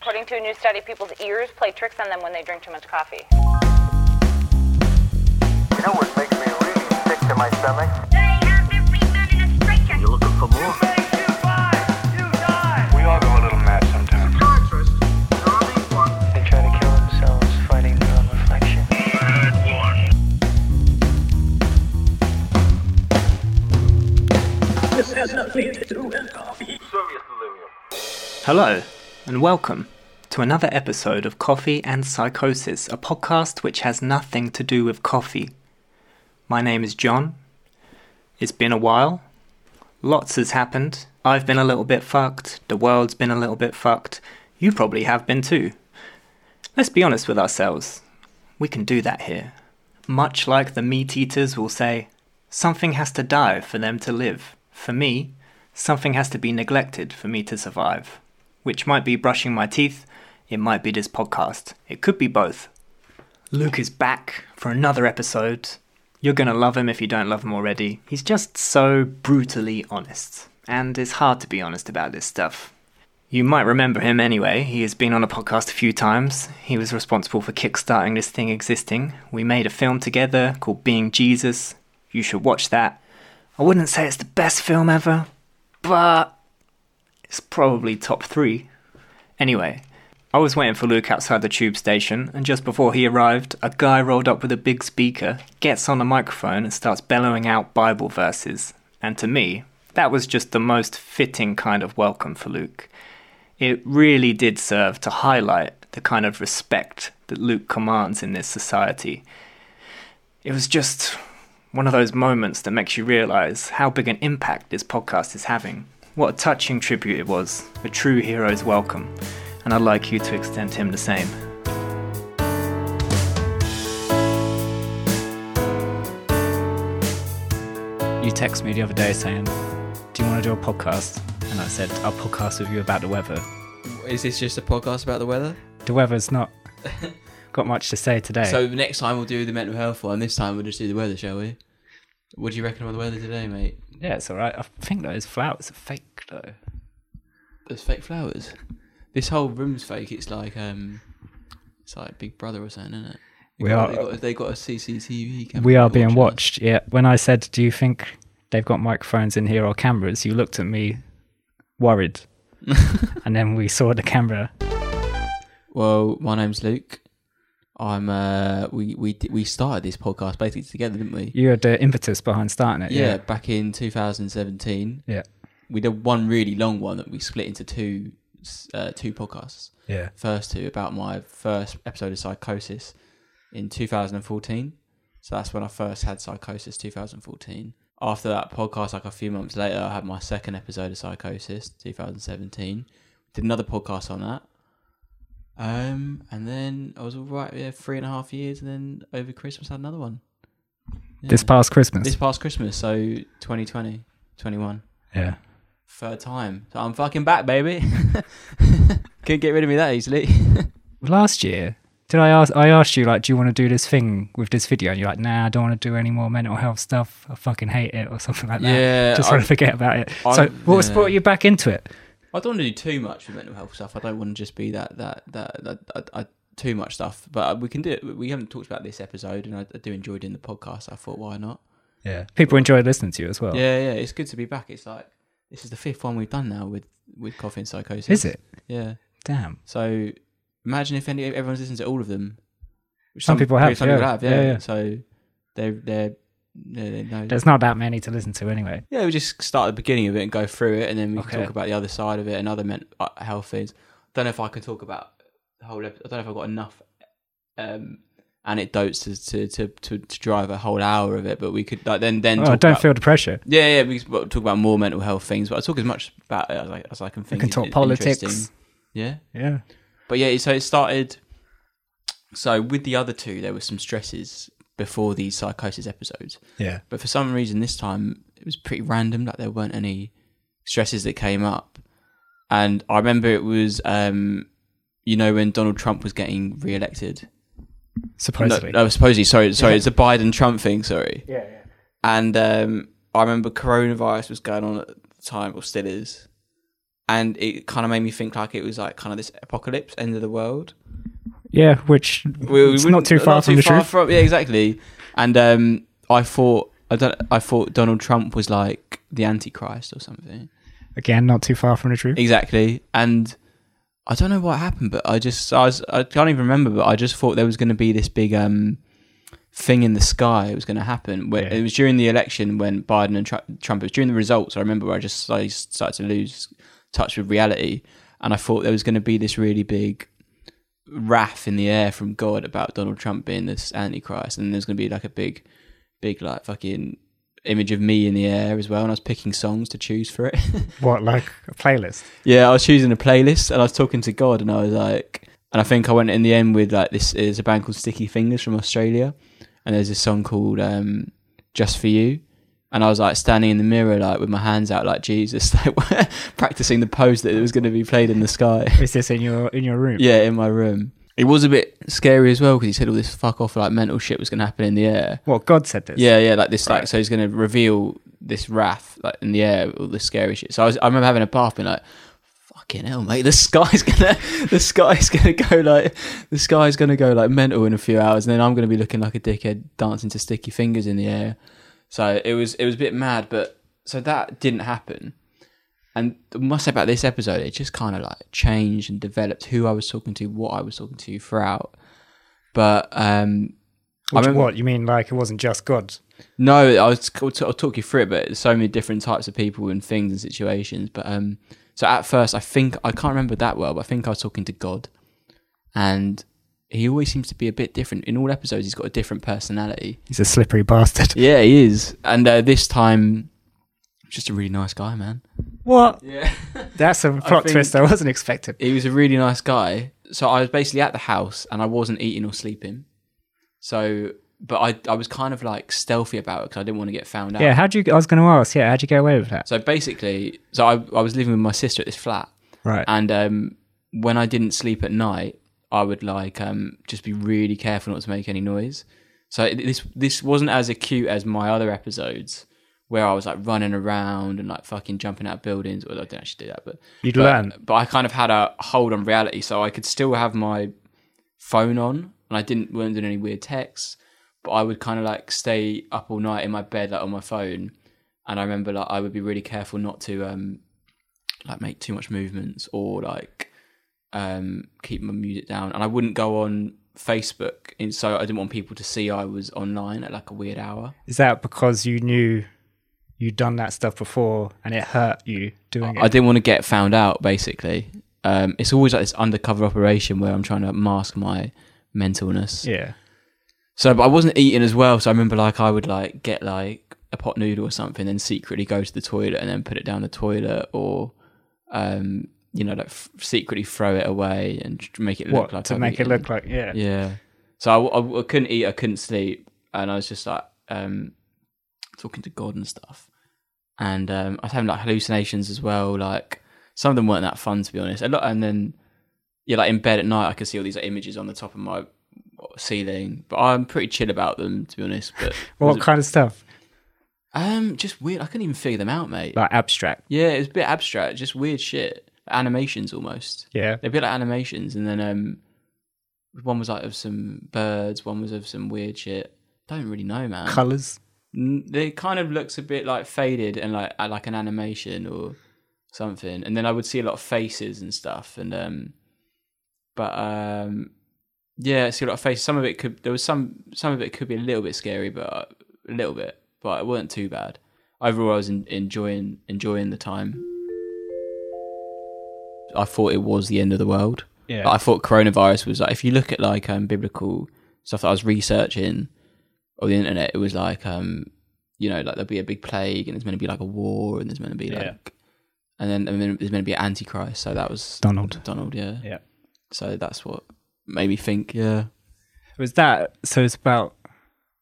According to a new study, people's ears play tricks on them when they drink too much coffee. You know what makes me really sick to my stomach? You're looking for more? We all go a little mad sometimes. They try to kill themselves fighting their own reflection. Serious delirium. Hello, and welcome to another episode of Coffee and Psychosis, a podcast which has nothing to do with coffee. My name is John. It's been a while. Lots has happened. I've been a little bit fucked. The world's been a little bit fucked. You probably have been too. Let's be honest with ourselves. We can do that here. Much like the meat eaters will say, something has to die for them to live. For me, something has to be neglected for me to survive. Which might be brushing my teeth, it might be this podcast, it could be both. Luke is back for another episode. You're gonna love him if you don't love him already. He's just so brutally honest, and it's hard to be honest about this stuff. You might remember him anyway. He has been on a podcast a few times. He was responsible for kickstarting this thing existing. We made a film together called Being Jesus. You should watch that. I wouldn't say it's the best film ever, but it's probably top three. Anyway, I was waiting for Luke outside the tube station, and just before he arrived, a guy rolled up with a big speaker, gets on a microphone, and starts bellowing out Bible verses. And to me, that was just the most fitting kind of welcome for Luke. It really did serve to highlight the kind of respect that Luke commands in this society. It was just one of those moments that makes you realize how big an impact this podcast is having. What a touching tribute it was, a true hero's welcome, and I'd like you to extend him the same. You texted me the other day saying, Do you want to do a podcast? And I said, I'll podcast with you about the weather. Is this just a podcast about the weather? The weather's not got much to say today. So next time we'll do the mental health one. This time we'll just do the weather, shall we? What do you reckon about the weather today, mate? yeah, it's alright. I think those flowers are fake though. There's fake flowers. This whole room's fake. It's like um, it's like Big Brother or something, isn't it? We They are- got- They got, they got a CCTV camera. We are being watching us. watched. Yeah. When I said, "Do you think they've got microphones in here or cameras?" You looked at me, worried, and then we saw the camera. Well, my name's Luke. I'm uh, we we di- we started this podcast basically together, didn't we? You had the impetus behind starting it. Yeah, back in 2017, Yeah. we did one really long one that we split into two s- uh, two podcasts. Yeah. first two about my first episode of psychosis in 2014 so that's when i first had psychosis 2014 after that podcast like a few months later i had my second episode of psychosis 2017 did another podcast on that um and then i was all right yeah three and a half years and then over christmas had another one This Yeah. past Christmas. this past christmas so 2020 21 yeah. third time so i'm fucking back baby couldn't get rid of me that easily Last year, did I ask? I asked you like, "Do you want to do this thing with this video?" And you're like, "Nah, I don't want to do any more mental health stuff. I fucking hate it," or something like that. Yeah, Just I- want to forget about it. I- so, what's yeah. brought you back into it? I don't want to do too much with mental health stuff. I don't want to just be that that that, that, that, that too much stuff. But uh, we can do it. We haven't talked about this episode, and I, I do enjoy doing the podcast. I thought, why not? Yeah. People enjoy listening to you as well. Yeah, yeah. It's good to be back. It's like this is the fifth one we've done now with with coffee and psychosis. Is it? Yeah. Damn. So imagine if any everyone's listened to all of them. Which Some people have, Some yeah. people have. Yeah. Yeah, yeah. So they're they're. Yeah, they know. There's not that many to listen to anyway. yeah, we just start at the beginning of it and go through it, and then we Okay. can talk about the other side of it and other men- uh, health things. Don't know if I can talk about the whole. Ep- I don't know if I've got enough um, anecdotes to to, to to to drive a whole hour of it, but we could like then then. Oh, talk don't about- feel the pressure. Yeah, yeah, we could talk about more mental health things, but I talk as much about it as I, as I can We think. can is talk i- politics. interesting. Yeah, Yeah. but yeah, so it started. So with the other two, there were some stresses before these psychosis episodes. Yeah. But for some reason, this time it was pretty random. Like there weren't any stresses that came up, and I remember it was, um, you know, when Donald Trump was getting re-elected. No, Supposedly. no, supposedly. Sorry, sorry, it's a Biden Trump thing. Sorry. Yeah. yeah. And um, I remember coronavirus was going on at the time, or still is, and it kind of made me think like it was like kind of this apocalypse, end of the world. Yeah, which We- we it's wouldn't- not too far from the far truth. from- yeah, exactly. And um, I thought I don't. I thought Donald Trump was like the Antichrist or something. Again, not too far from the truth. Exactly. And I don't know what happened, but I just I was I can't even remember, but I just thought there was going to be this big um thing in the sky. It was going to happen. Where, Yeah. It was during the election when Biden and Tru- Trump. It was during the results. I remember where I just I started to lose touch with reality, and I thought there was going to be this really big wrath in the air from God about Donald Trump being this antichrist, and there's going to be like a big, big like fucking image of me in the air as well. And I was picking songs to choose for it. What, like a playlist? Yeah, I was choosing a playlist and I was talking to God and I was like, and I think I went in the end with like this is a band called Sticky Fingers from Australia, and there's this song called um, Just for You, and I was like standing in the mirror like with my hands out like Jesus, like practicing the pose that it was going to be played in the sky. Is this in your in your room? yeah, in my room. It was a bit scary as well because he said all this fuck off like mental shit was going to happen in the air. What God said this? Yeah, yeah, like this, like so he's gonna reveal this wrath, like in the air, all this scary shit. So I was, I remember having a bath, being like, "Fucking hell, mate, the sky's gonna, the sky's gonna go like, the sky's gonna go like mental in a few hours, and then I'm gonna be looking like a dickhead dancing to sticky fingers in the air." So it was, it was a bit mad, but so that didn't happen. And I must say about this episode, it just kind of like changed and developed who I was talking to, what I was talking to throughout. But um, I Which, remember- what you mean? Like it wasn't just God? no, I was, I'll, t- I'll talk you through it, but there's so many different types of people and things and situations. But um, so at first, I think I can't remember that well, but I think I was talking to God, and he always seems to be a bit different in all episodes. He's got a different personality. He's a slippery bastard. Yeah, he is, and uh, this time, just a really nice guy, man. What? Yeah. That's a plot think- twist I wasn't expecting. he was a really nice guy. So I was basically at the house and I wasn't eating or sleeping. So, but I I was kind of like stealthy about it because I didn't want to get found out. Yeah, how'd you? I was going to ask. Yeah, how'd you get away with that? So basically, so I, I was living with my sister at this flat, Right. and um, when I didn't sleep at night, I would like um, just be really careful not to make any noise. So it- this this wasn't as acute as my other episodes where I was like running around and like fucking jumping out of buildings. Well, I didn't actually do that, but You'd but, learn. But I kind of had a hold on reality, so I could still have my phone on, and I didn't weren't doing any weird texts. But I would kind of like stay up all night in my bed, like on my phone. And I remember like I would be really careful not to um like make too much movements or like um keep my music down. And I wouldn't go on Facebook, and so I didn't want people to see I was online at like a weird hour. Is that because you knew you'd done that stuff before and it hurt you doing I it? didn't want to get found out. Basically, um, it's always like this undercover operation where I'm trying to mask my mentalness. yeah. So, but I wasn't eating as well. So I remember like I would like get like a pot noodle or something, then secretly go to the toilet and then put it down the toilet, or um, you know, like f- secretly throw it away and tr- make it look What like to I've make it eaten. look like? Yeah. Yeah. So I, I- I couldn't eat, I couldn't sleep, and I was just like um, talking to God and stuff. And um, I was having like hallucinations as well. Like some of them weren't that fun to be honest. A lot, and then yeah, like in bed at night, I could see all these like, images on the top of my ceiling. But I'm pretty chill about them to be honest. But What kind of stuff? um, just weird. I couldn't even figure them out, mate. Like abstract. Yeah, it was a bit abstract, just weird shit. Animations almost. Yeah. They'd be like animations, and then um, one was like of some birds, one was of some weird shit. Don't really know, man. Colors. N- They kind of looks a bit like faded and like uh, like an animation or something. And then I would see a lot of faces and stuff, and um, but um, yeah, I see a lot of faces. Some of it could there was some some of it could be a little bit scary, but uh, a little bit, but it wasn't too bad. Overall, I was en- enjoying enjoying the time. I thought it was the end of the world. Yeah. Like, I thought coronavirus was like if you look at like um biblical stuff that I was researching on the internet, it was like um you know like there'll be a big plague and there's going to be like a war and there's going to be like Yeah. and then and then there's going to be an antichrist. So that was Donald. Donald, yeah. Yeah. So that's what made me think. Yeah. Was that so? It's about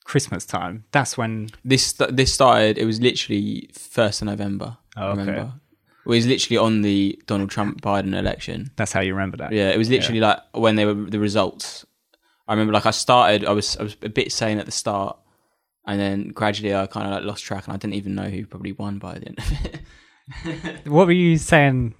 Christmas time. That's when This this started. It was literally first of November. Oh, I okay. remember. It was literally on the Donald Trump Biden election. that's how you remember that. Yeah, it was literally like when they were the results. I remember like I started. I was I was a bit sane at the start, and then gradually I kind of like lost track, and I didn't even know who probably won by the end of it. What were you saying?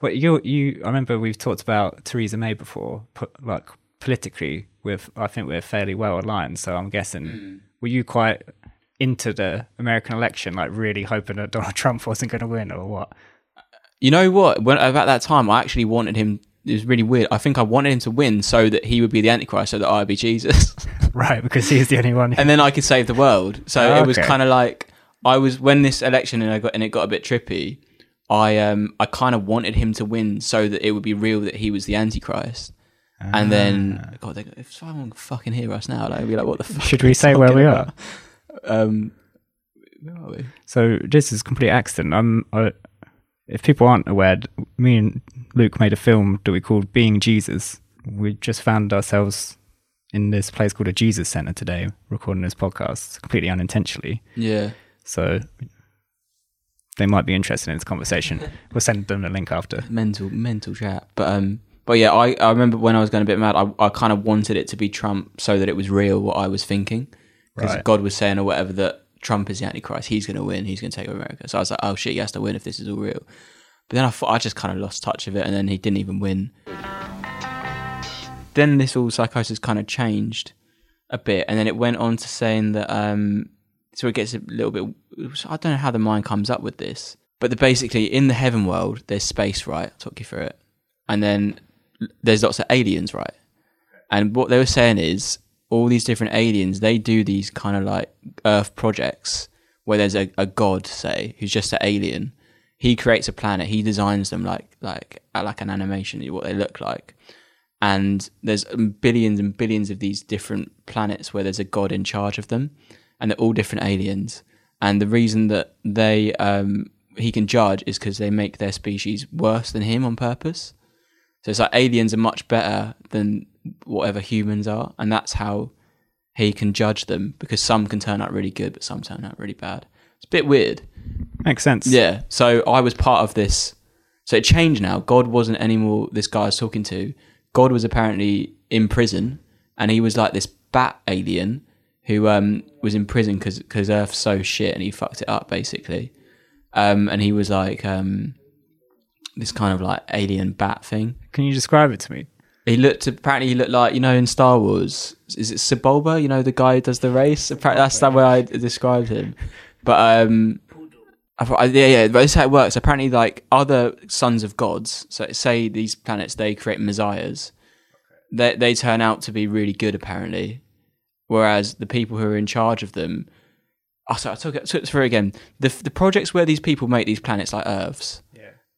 Well, you you I remember we've talked about Theresa May before, po- like politically. With I think we're fairly well aligned. So I'm guessing were you quite into the American election, like really hoping that Donald Trump wasn't going to win or what? You know what? When about that time, I actually wanted him. It was really weird. I think I wanted him to win so that he would be the Antichrist, so that I'd be Jesus, Right, because he's the only one. and then I could save the world. So Oh, it was okay. kind of like I was when this election and I got and it got a bit trippy. I um I kind of wanted him to win so that it would be real that he was the Antichrist. And then God, they, if someone could fucking hear us now, like, they'd be like, "What the fuck?" Ah. Should are we you say where talking we about? are? Um, where are we? So this is a complete accident. I'm. I, if people aren't aware, me and Luke made a film that we called "Being Jesus." We just found ourselves in this place called a Jesus Center today, recording this podcast completely unintentionally. Yeah. So they might be interested in this conversation. we'll send them the link after. mental mental chat but um but yeah i i remember when i was going a bit mad i, I kind of wanted it to be trump so that it was real what i was thinking because Right. god was saying or whatever that trump is the antichrist he's going to win he's going to take over america so i was like oh shit he has to win if this is all real but then i thought i just kind of lost touch of it and then he didn't even win then this all psychosis kind of changed a bit and then it went on to saying that um so it gets a little bit i don't know how the mind comes up with this but the, basically in the heaven world there's space right i'll talk you through it and then there's lots of aliens right and what they were saying is all these different aliens they do these kind of like earth projects where there's a, a god say who's just an alien he creates a planet he designs them like like like an animation what they look like and there's um, billions and billions of these different planets where there's a god in charge of them and they're all different aliens and the reason that they um he can judge is because they make their species worse than him on purpose so it's like aliens are much better than whatever humans are and that's how he can judge them because some can turn out really good but some turn out really bad it's a bit weird Makes sense. yeah. So I was part of this. So it changed now. God wasn't anymore this guy I was talking to. God was apparently in prison and he was like this bat alien who um, was in prison because Earth's so shit and he fucked it up basically. Um, and he was like um, this kind of like alien bat thing. Can you describe it to me? He looked apparently he looked like you know in Star Wars is it Sebulba you know the guy who does the race Apparently that's the way I described him but um I thought, yeah yeah but this is how it works apparently like other sons of gods so say these planets they create messiahs they they turn out to be really good apparently whereas the people who are in charge of them oh, sorry, I took it, took it through again the the projects where these people make these planets like Earths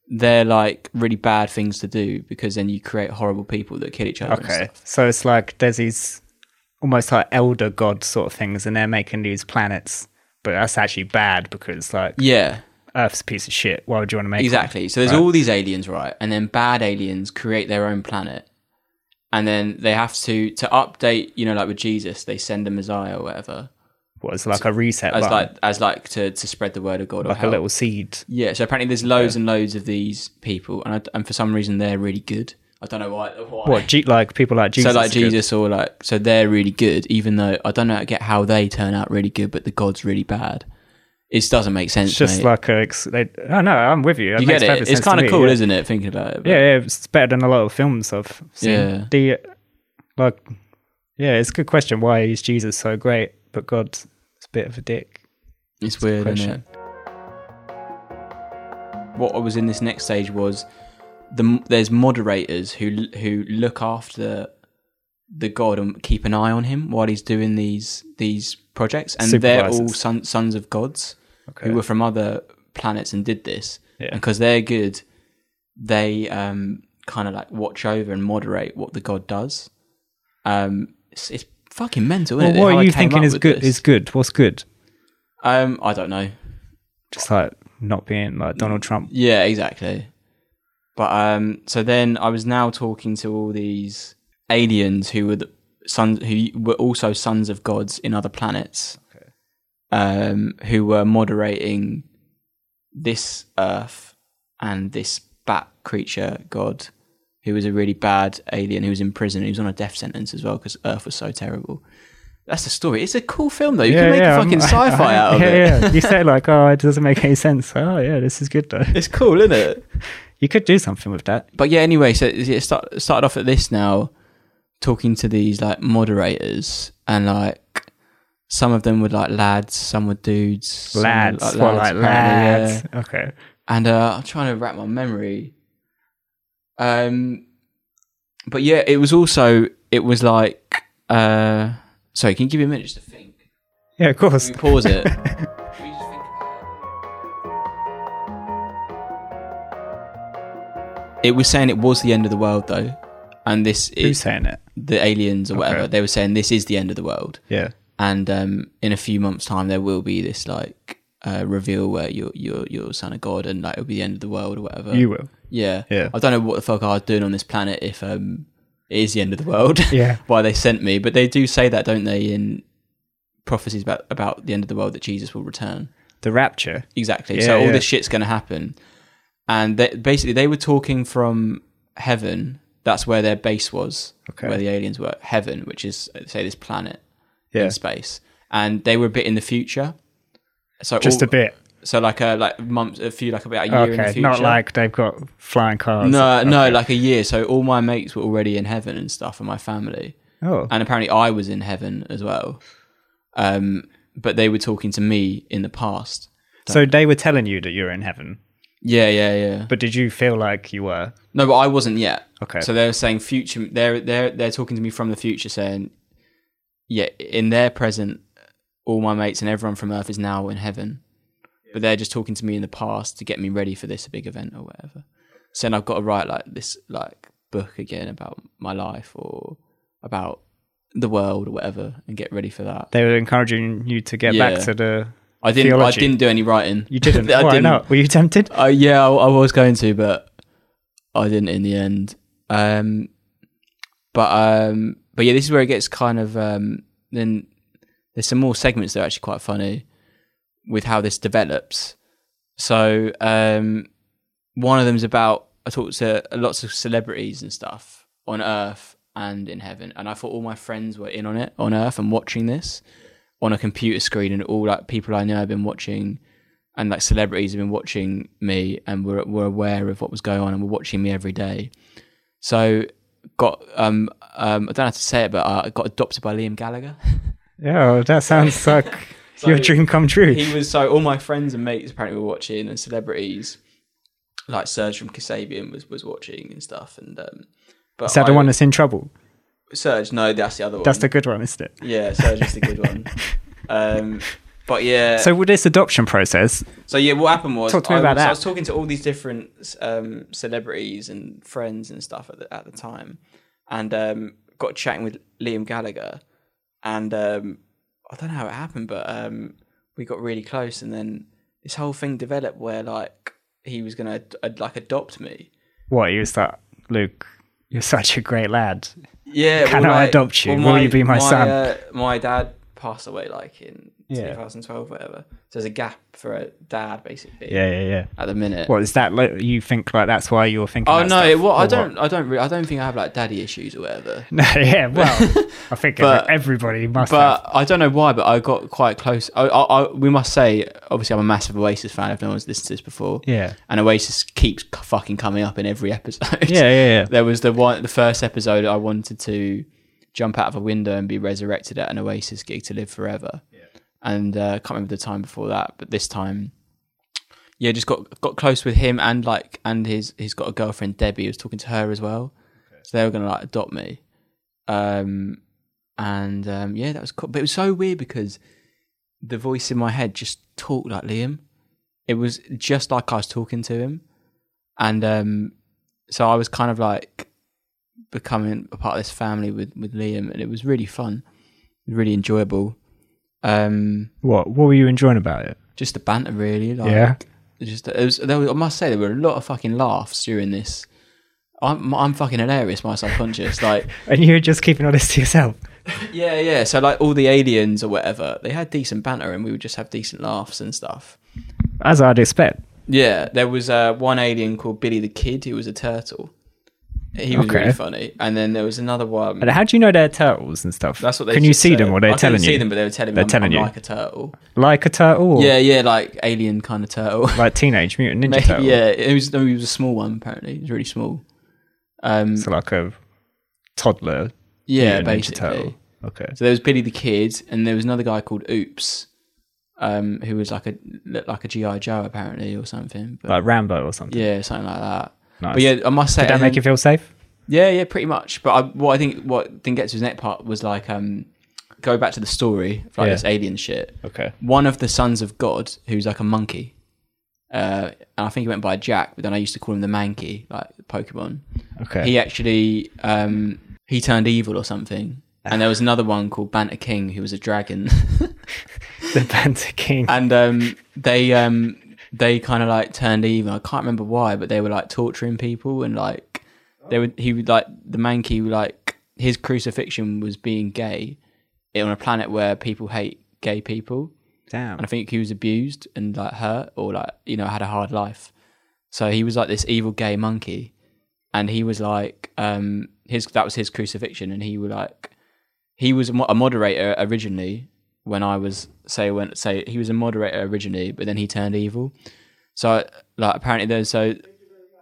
they're like really bad things to do because then you create horrible people that kill each other. and Okay. stuff. So it's like there's these almost like elder god sort of things, and they're making these planets, but that's actually bad because like Yeah, Earth's a piece of shit. Why would you want to make one? exactly. So there's Right. all these aliens, right? And then bad aliens create their own planet, and then they have to to update. You know, like with Jesus, they send a Messiah or whatever What is like a reset as button, like like, as like to to spread the word of God. or a help. little seed. Yeah, so apparently there's loads and loads of these people, and I, and for some reason they're really good. I don't know why. why. What G- like people like Jesus? so like are good. Jesus or like so they're really good, even though I don't know I get how they turn out really good, but the God's really bad. It doesn't make sense. It's just mate. like a. Ex- they, oh no, I'm with you. That you makes get perfect it. It's sense to kind of me, cool, yeah. isn't it? Thinking about it, but- Yeah, yeah, it's better than a lot of films I've seen. Yeah. The like, yeah, it's a good question. Why is Jesus so great, but God's a bit of a dick? It's weird, isn't it? question. What I was in this next stage was the there's moderators who who look after the god and keep an eye on him while he's doing these these projects, and they're all Supervisors. son, sons of gods Okay. who were from other planets and did this, Yeah. and because they're good, they um kind of like watch over and moderate what the god does. Um, it's, it's fucking mental. Well, Isn't what are you thinking is good? Is good? What's good? um, I don't know. Just like not being like Donald Mm. Trump. Yeah, exactly. But um, so then I was now talking to all these aliens who were the sons who were also sons of gods in other planets, um, who were moderating this Earth and this bat creature god, who was a really bad alien who was in prison. He was on a death sentence as well because Earth was so terrible. That's the story. It's a cool film though. You can make a I'm- fucking sci-fi out of yeah, it. Yeah, you say like, oh, it doesn't make any sense. Oh, yeah, this is good though. It's cool, isn't it? You could do something with that. but yeah, anyway, so it start, started off at this now, talking to these like moderators, and like some of them were like lads, some were dudes, some were, Lads, what, like apparently, lads. yeah. Okay. And uh, I'm trying to wrap my memory. Um, but yeah, it was also it was like uh, sorry, can you give me a minute just to think? Yeah, of course. Can we pause it? It was saying it was the end of the world though, and this Who's is saying it? the aliens or whatever. Okay. They were saying this is the end of the world, Yeah. and um, in a few months' time there will be this like uh, reveal where you're you're you're son of God, and like it'll be the end of the world or whatever. You will. Yeah. Yeah. I don't know what the fuck I was doing on this planet if um it is the end of the world. Yeah. Why they sent me. But they do say that, don't they, in prophecies about, about the end of the world that Jesus will return. The rapture. Exactly. Yeah, so all yeah. this shit's gonna happen. And they, basically they were talking from heaven. That's where their base was. Okay. Where the aliens were. Heaven, which is say this planet Yeah. in space. And they were a bit in the future. So Just all- a bit. So like a like months a few like about a year in the Okay. future. Not like they've got flying cars. No, Okay. no, like a year. So all my mates were already in heaven and stuff, and my family, Oh. and apparently I was in heaven as well. Um, but they were talking to me in the past. so they were telling you that you're in heaven, Yeah, yeah, yeah. but did you feel like you were? No, but I wasn't yet. Okay. So they were saying future. They're they're they're talking to me from the future, saying, yeah, in their present, all my mates and everyone from Earth is now in heaven, but they're just talking to me in the past to get me ready for this big event or whatever. So then I've got to write like this like book again about my life or about the world or whatever and get ready for that. They were encouraging you to get Yeah. back to the. I didn't. Theology. I didn't do any writing. You didn't. I Why not? Were you tempted? uh, yeah, I, I was going to, but I didn't in the end. Um, but um, but yeah, this is where it gets kind of um, then. There's some more segments that are actually quite funny with how this develops. So um, one of them's about I talked to lots of celebrities and stuff on Earth and in heaven, and I thought all my friends were in on it on Earth and watching this on a computer screen, and all like people I know have been watching and like celebrities have been watching me and were were aware of what was going on and were watching me every day. So got um um I don't have to say it, but uh, I got adopted by Liam Gallagher. Yeah, well, that sounds like your dream come true. he was so all my friends and mates apparently were watching and celebrities like Serge from Kasabian was was watching and stuff and um but Is that the I- one that's in trouble? Serge? No, that's the other one. That's the good one, isn't it? yeah. Serge is the good one. Um, but yeah. So with this adoption process, So yeah, what happened was Talk to me I, about was I that. was talking to all these different um, celebrities and friends and stuff at the, at the time, and um, got chatting with Liam Gallagher, and um, I don't know how it happened, but um, we got really close, and then this whole thing developed where like he was gonna uh, like adopt me. what you was that Luke? You're such a great lad. Yeah, Can I adopt you? Will you be my son? Uh, my dad passed away like in Yeah. 2012, whatever. So there's a gap for a dad basically. Yeah, yeah, yeah. At the minute. What is that? Like, you think like that's why you're thinking? Oh that no! stuff, It, well, or I what? don't. I don't. Re- I don't think I have like daddy issues or whatever. No, yeah. Well, I think But- everybody must. But have. I don't know why. But I got quite close. I, I, I, we must say, obviously, I'm a massive Oasis fan. If no one's listened to this before, Yeah. And Oasis keeps c- fucking coming up in every episode. Yeah, yeah, yeah. There was the one, the first episode I wanted to jump out of a window and be resurrected at an Oasis gig to live forever. And uh, I can't remember the time before that, but this time, yeah, just got got close with him and like and his he's got a girlfriend Debbie. I was talking to her as well, so they were gonna like adopt me. Um, and um, yeah, that was cool. But it was so weird because the voice in my head just talked like Liam. It was just like I was talking to him, and um, so I was kind of like becoming a part of this family with with Liam, and it was really fun, really enjoyable. Um, What? What were you enjoying about it? just the banter, really. Like, Yeah. Just it was, there was, I must say there were a lot of fucking laughs during this. I'm I'm fucking hilarious, my subconscious. like And you were just keeping all this to yourself. yeah, yeah. So like all the aliens or whatever, they had decent banter, and we would just have decent laughs and stuff. As I'd expect. Yeah, there was uh, one alien called Billy the Kid who was a turtle, He was Okay. really funny. And then there was another one. And how do you know they're turtles and stuff? That's what they Can you just see said. them or they're I couldn't telling you? see them, but they were telling me They're I'm, telling I'm you. like a turtle. Like a turtle? Or Yeah, yeah, like alien kind of turtle. Like Teenage Mutant Ninja Maybe- Turtle? yeah, it was. No, it was a small one. Apparently, it was really small. Um, So like a toddler yeah, Mutant Ninja Turtle. basically. Okay. So there was Billy the Kid, and there was another guy called Oops, um, who was like a looked like a GI Joe apparently or something. But Like Rambo or something. yeah, something like that. Oh. Nice. But yeah, I must say Did that and make then- you feel safe? Yeah, yeah, pretty much. But I, what I think what didn't get to his next part was like um, go back to the story of like Yeah. this alien shit. Okay. One of the sons of God, who's like a monkey, uh, and I think he went by Jack, but then I used to call him the Mankey, like Pokemon. Okay. He actually um, he turned evil or something. And there was another one called Banter King, who was a dragon. The Panther King. and um, they um, they kind of like turned evil. I can't remember why, but they were like torturing people and like they would he would like the manky would, like his crucifixion was being gay on a planet where people hate gay people, Damn. and I think he was abused and like hurt or like you know had a hard life. So he was like this evil gay monkey, and he was like um, his that was his crucifixion, and he would like he was a mo- a moderator originally when I was say when say he was a moderator originally, but then he turned evil. So like apparently there's so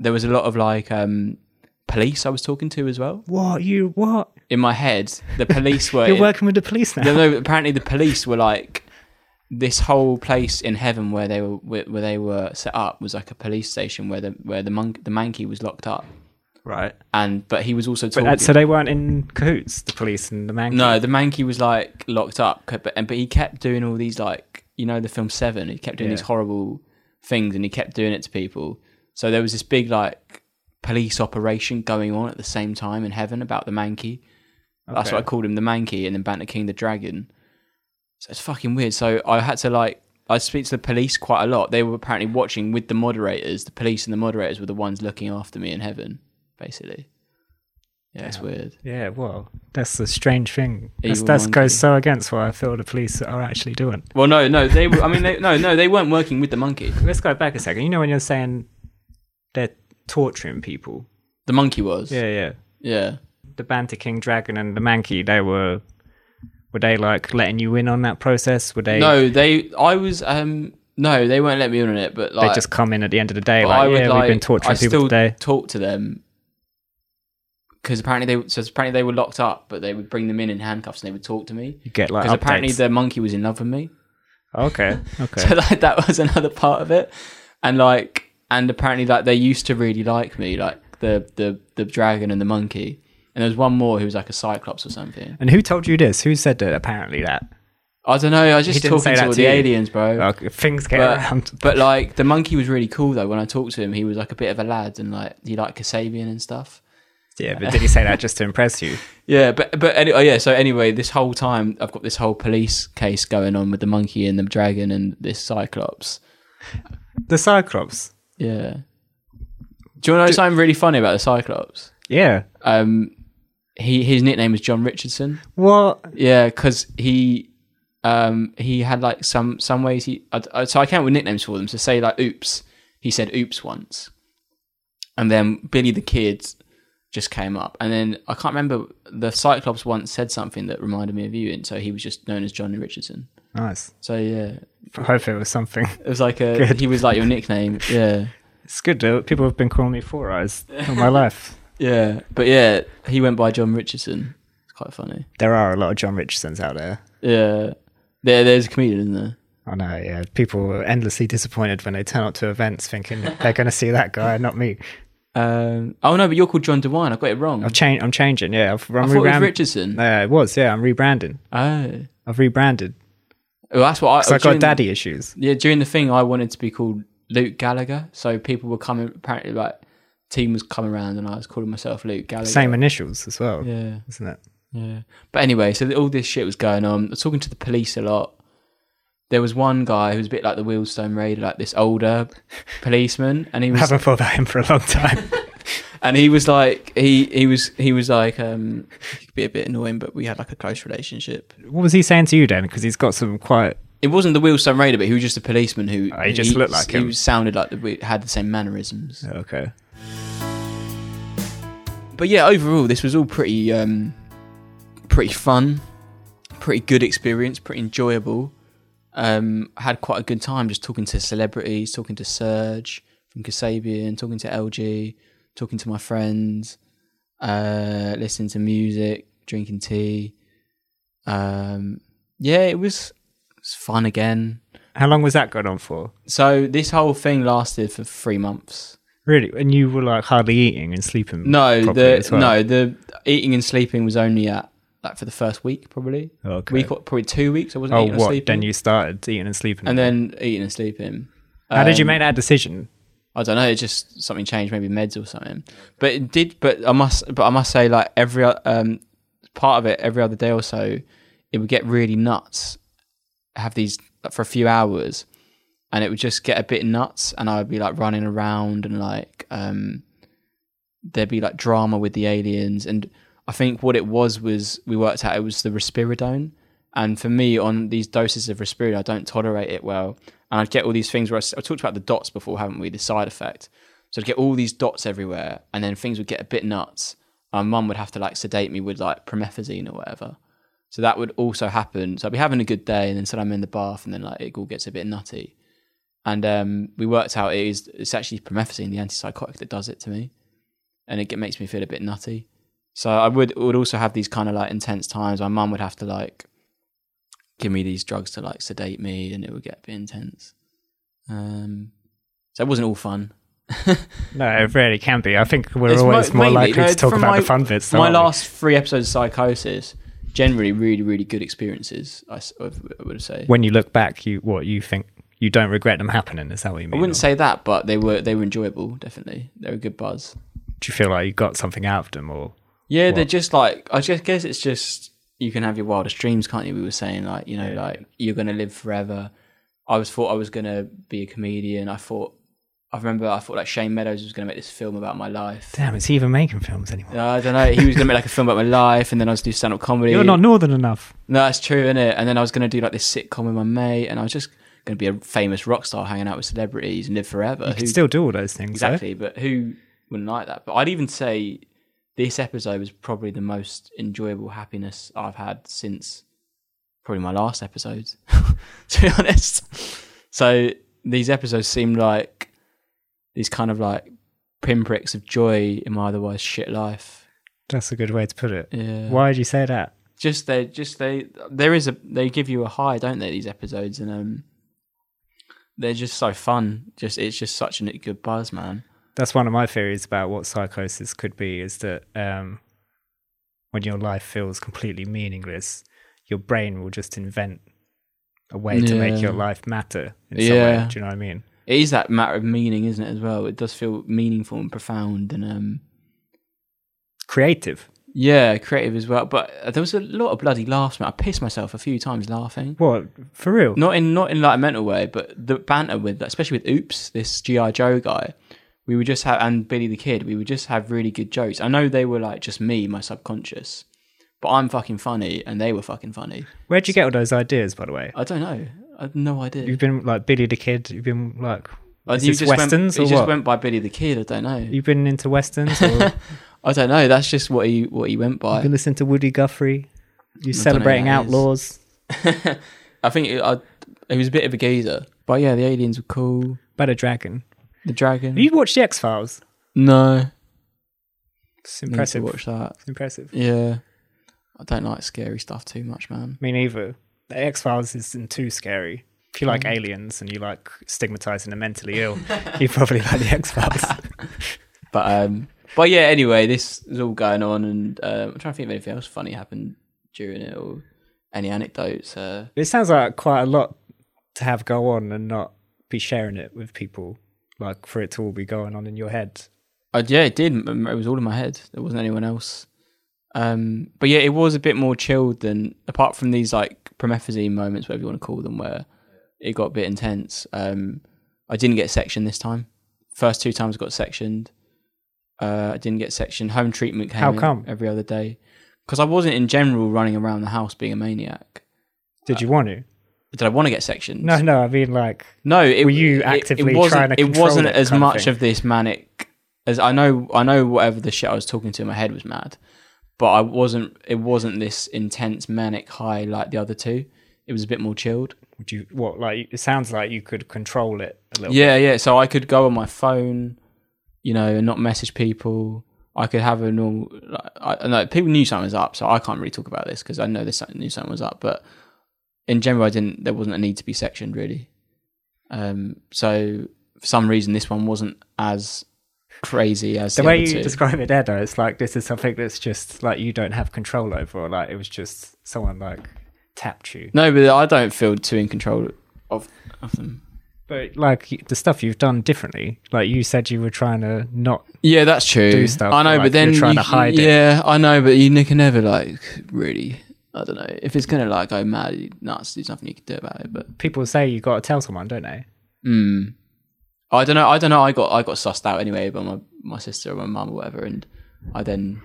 there was a lot of like um police I was talking to as well. What you what? In my head, the police were You're working with the police now. no, no, apparently the police were like this whole place in heaven where they were where, where they were set up was like a police station where the where the monk the monkey was locked up. right. And but he was also But talking that, so they weren't in cahoots, the police and the man. No, the Mankey was like locked up, c- but and- but he kept doing all these like you know the film Seven. He kept doing Yeah. these horrible things, and he kept doing it to people. So there was this big like police operation going on at the same time in heaven about the Mankey. That's Okay. what I called him, the Mankey, and then Banter King, the dragon. So it's fucking weird. So I had to like I speak to the police quite a lot. They were apparently watching with the moderators. The police and the moderators were the ones looking after me in heaven, basically. Yeah, it's weird. Yeah, well, that's the strange thing. That's, Evil that monkey. goes so against what I feel the police are actually doing. Well, no, no, they. Were, I mean, they, no, no, they weren't working with the monkey. Let's go back a second. You know when you're saying they're torturing people? The monkey was. Yeah, yeah. yeah. The Banter King Dragon and the Mankey, they were. Were they like letting you in on that process? Were they? No, they. I was. Um. No, they won't let me in on it. But They like, just come in at the end of the day, but like, I would yeah, like. we've been torturing I people still today. talk to them because apparently they. So apparently they were locked up, but they would bring them in in handcuffs and they would talk to me. You get like Because apparently updates. the monkey was in love with me. Okay, okay. So like that was another part of it, and like and apparently like they used to really like me, like the the the dragon and the monkey. And there was one more who was like a cyclops or something. and who told you this? Who said that? Apparently that. I don't know. I was He just didn't say talking to that all to the you. aliens, bro. Like, things get around. But, but like the monkey was really cool though. When I talked to him, he was like a bit of a lad and like he liked Kasabian and stuff. yeah, but did he say that just to impress you? Yeah, but but any, oh yeah. So anyway, this whole time I've got this whole police case going on with the monkey and the dragon and this cyclops. The Cyclops. Yeah. Do you want to know something really funny about the cyclops? Yeah. Um, he his nickname was John Richardson. What? Yeah, because he um he had like some some ways he I, I- so I came up with nicknames for them. So say like oops, he said oops once, and then Billy the Kid just came up, and then I can't remember the Cyclops once said something that reminded me of you, and so he was just known as Johnny Richardson. Nice. So yeah, Hopefully it was something. it was like a he was like your nickname. Yeah, It's good though. People have been calling me Four Eyes all my life. yeah, but yeah, he went by John Richardson. It's quite funny. There are a lot of John Richardsons out there. Yeah, there there's a comedian in there. I know, yeah. People are endlessly disappointed when they turn up to events thinking they're going to see that guy, not me. Um, oh no, but you're called John DeWine. I got it wrong. I've changed. I'm changing. Yeah, I've, I'm I thought it was rebrand- Richardson. Yeah, Uh, it was. Yeah, I'm rebranding. Oh, I've rebranded well, that's what I. because I got during- daddy issues. Yeah, during the thing, I wanted to be called Luke Gallagher. So people were coming. Apparently, like team was coming around, and I was calling myself Luke Gallagher. Same initials as well, Yeah, isn't it? yeah. But anyway, so all this shit was going on. I was talking to the police a lot. There was one guy who was a bit like the Wheelstone Raider, like this older policeman, and I he was haven't thought about him for a long time. and he was like he he was he was like um he could be a bit annoying, but we had like a close relationship. what was he saying to you then? Because he's got some quite. It wasn't the Wheelstone Raider, but he was just a policeman who Oh, he just looked like he him. sounded like the, had the same mannerisms. Okay. But yeah, overall, this was all pretty, um, pretty fun, pretty good experience, pretty enjoyable. Um, I had quite a good time just talking to celebrities, talking to Serge from Kasabian, talking to LG, talking to my friends, uh, listening to music, drinking tea. Um, yeah, it was, it was fun again. How long was that going on for? So this whole thing lasted for three months. Really? And you were like hardly eating and sleeping. No, properly the as well. no the eating and sleeping was only at like for the first week probably. Okay. Week probably two weeks. I wasn't Oh, eating what? or sleeping. Then you started eating and sleeping. and then eating and sleeping. how did you Um, make that decision? I don't know. It's just something changed, maybe meds or something. But it did. But I must. But I must say, like every o- um, part of it, every other day or so, it would get really nuts. Have these for a few hours, and it would just get a bit nuts, and I would be like running around and like um, there'd be like drama with the aliens, and I think what it was was we worked out it was the risperidone, and for me on these doses of risperidone, I don't tolerate it well, and I'd get all these things where I, s- I talked about the dots before, haven't we? The side effect. So I'd get all these dots everywhere, and then things would get a bit nuts. My mum would have to like sedate me with like promethazine or whatever. So that would also happen. So I'd be having a good day, and then suddenly I'm in the bath, and then like it all gets a bit nutty. And um, we worked out it is it's actually promethazine, the antipsychotic, that does it to me, and it get- makes me feel a bit nutty. So I would would also have these kind of like intense times. My mum would have to like give me these drugs to like sedate me, and it would get a bit intense. Um, so it wasn't all fun. No, it really can be. I think we're It's mo- always more mainly, likely no, to talk from about my- the fun bits. though, My aren't we? last three episodes of Psychosis, generally really, really good experiences, I, s- I w- I would say. When you look back, you what you think you don't regret them happening. Is that what you mean? I Or wouldn't say that, but they were they were enjoyable, definitely. They were a good buzz. Do you feel like you got something out of them, or Yeah, they're just like I just guess it's just you can have your wildest dreams, can't you? We were saying like you know like you're gonna live forever. I was thought I was gonna be a comedian. I thought I remember I thought like Shane Meadows was gonna make this film about my life. damn, is he even making films anymore? I don't know. He was gonna make like a film about my life, and then I was doing stand up comedy. You're not northern enough. No, that's true, isn't it? And then I was going to do like this sitcom with my mate, and I was just going to be a famous rock star hanging out with celebrities and live forever. You Who- can still do all those things. though. exactly, but who wouldn't like that? But I'd even say this episode was probably the most enjoyable happiness I've had since probably my last episode, to be honest. So these episodes seem like these kind of like pinpricks of joy in my otherwise shit life. That's a good way to put it. Yeah Why did you say that? just they just they there is a they give you a high don't they these episodes and um they're just so fun just it's just such a good buzz man That's one of my theories about what psychosis could be. Is that um, when your life feels completely meaningless, your brain will just invent a way to make your Yeah. life matter in some way. Yeah. Do you know what I mean? it is that matter of meaning isn't it as well it does feel meaningful and profound and um Creative. yeah creative as well but there was a lot of bloody laughs man i pissed myself a few times laughing What for real? not in not in like a mental way but the banter with especially with oops this gi joe guy we would just have and billy the kid we would just have really good jokes i know they were like just me my subconscious but i'm fucking funny and they were fucking funny Where'd you get all those ideas, by the way? i don't know i have no idea You've been like Billy the Kid. You've been like Uh, is you this just westerns went, or you just what? went by billy the kid i don't know You've been into westerns. Or you've i don't know that's just what he what he went by been listening to Woody Guthrie. You're I don't know who celebrating that is. outlaws. i think it, I, it was a bit of a geezer but yeah the aliens were cool About a dragon. the dragon Have you watched the X Files? no It's need to impressive. watch that It's impressive. yeah i don't like scary stuff too much man Me neither. The X Files isn't too scary. If you Mm. like aliens and you like stigmatizing the mentally ill, you probably like the X Files. But um, but yeah. Anyway, this is all going on, and um, I'm trying to think of anything else funny happened during it or any anecdotes. Uh, it sounds like quite a lot to have go on and not be sharing it with people. Like for it to all be going on in your head. I, yeah, it did. Um, It was all in my head. There wasn't anyone else. Um, but yeah, it was a bit more chilled than apart from these like promethazine moments, whatever you want to call them, where it got a bit intense. Um, I didn't get sectioned this time. First two times I got sectioned. Uh, I didn't get sectioned. Home treatment came How in come? every other day because I wasn't in general running around the house being a maniac. Did Uh, you want to? did I want to get sectioned? No, no. I mean, like no. It, Were you it- actively it wasn't, trying to It control wasn't that as kind of much thing? of this manic as I know, I know whatever the shit I was talking to in my head was mad, but I wasn't. It wasn't this intense manic high like the other two. It was a bit more chilled. Would you what like it sounds like you could control it a little. Yeah, yeah. So I could go on my phone, you know, and not message people. I could have a normal. Like, I I know people knew something was up, so I can't really talk about this because I know this something- knew something was up. But in general, I didn't. There wasn't a need to be sectioned really. Um, so for some reason, this one wasn't as crazy as the, The way other you two. describe it there, though, it's like this is something that's just like you don't have control over, or like it was just someone like tapped you. No, but I don't feel too in control of of them. But like y- the stuff you've done differently, like you said, you were trying to not. Yeah, that's true. do stuff, I know, like, but then you're trying you- to hide it. Yeah, I know, but you n- can never like really. I don't know if it's gonna like go mad nuts. There's nothing you can do about it. But People say you got to tell someone, don't they? mm, I don't know. I don't know. I got I got sussed out anyway by my my sister or my mum or whatever, and I then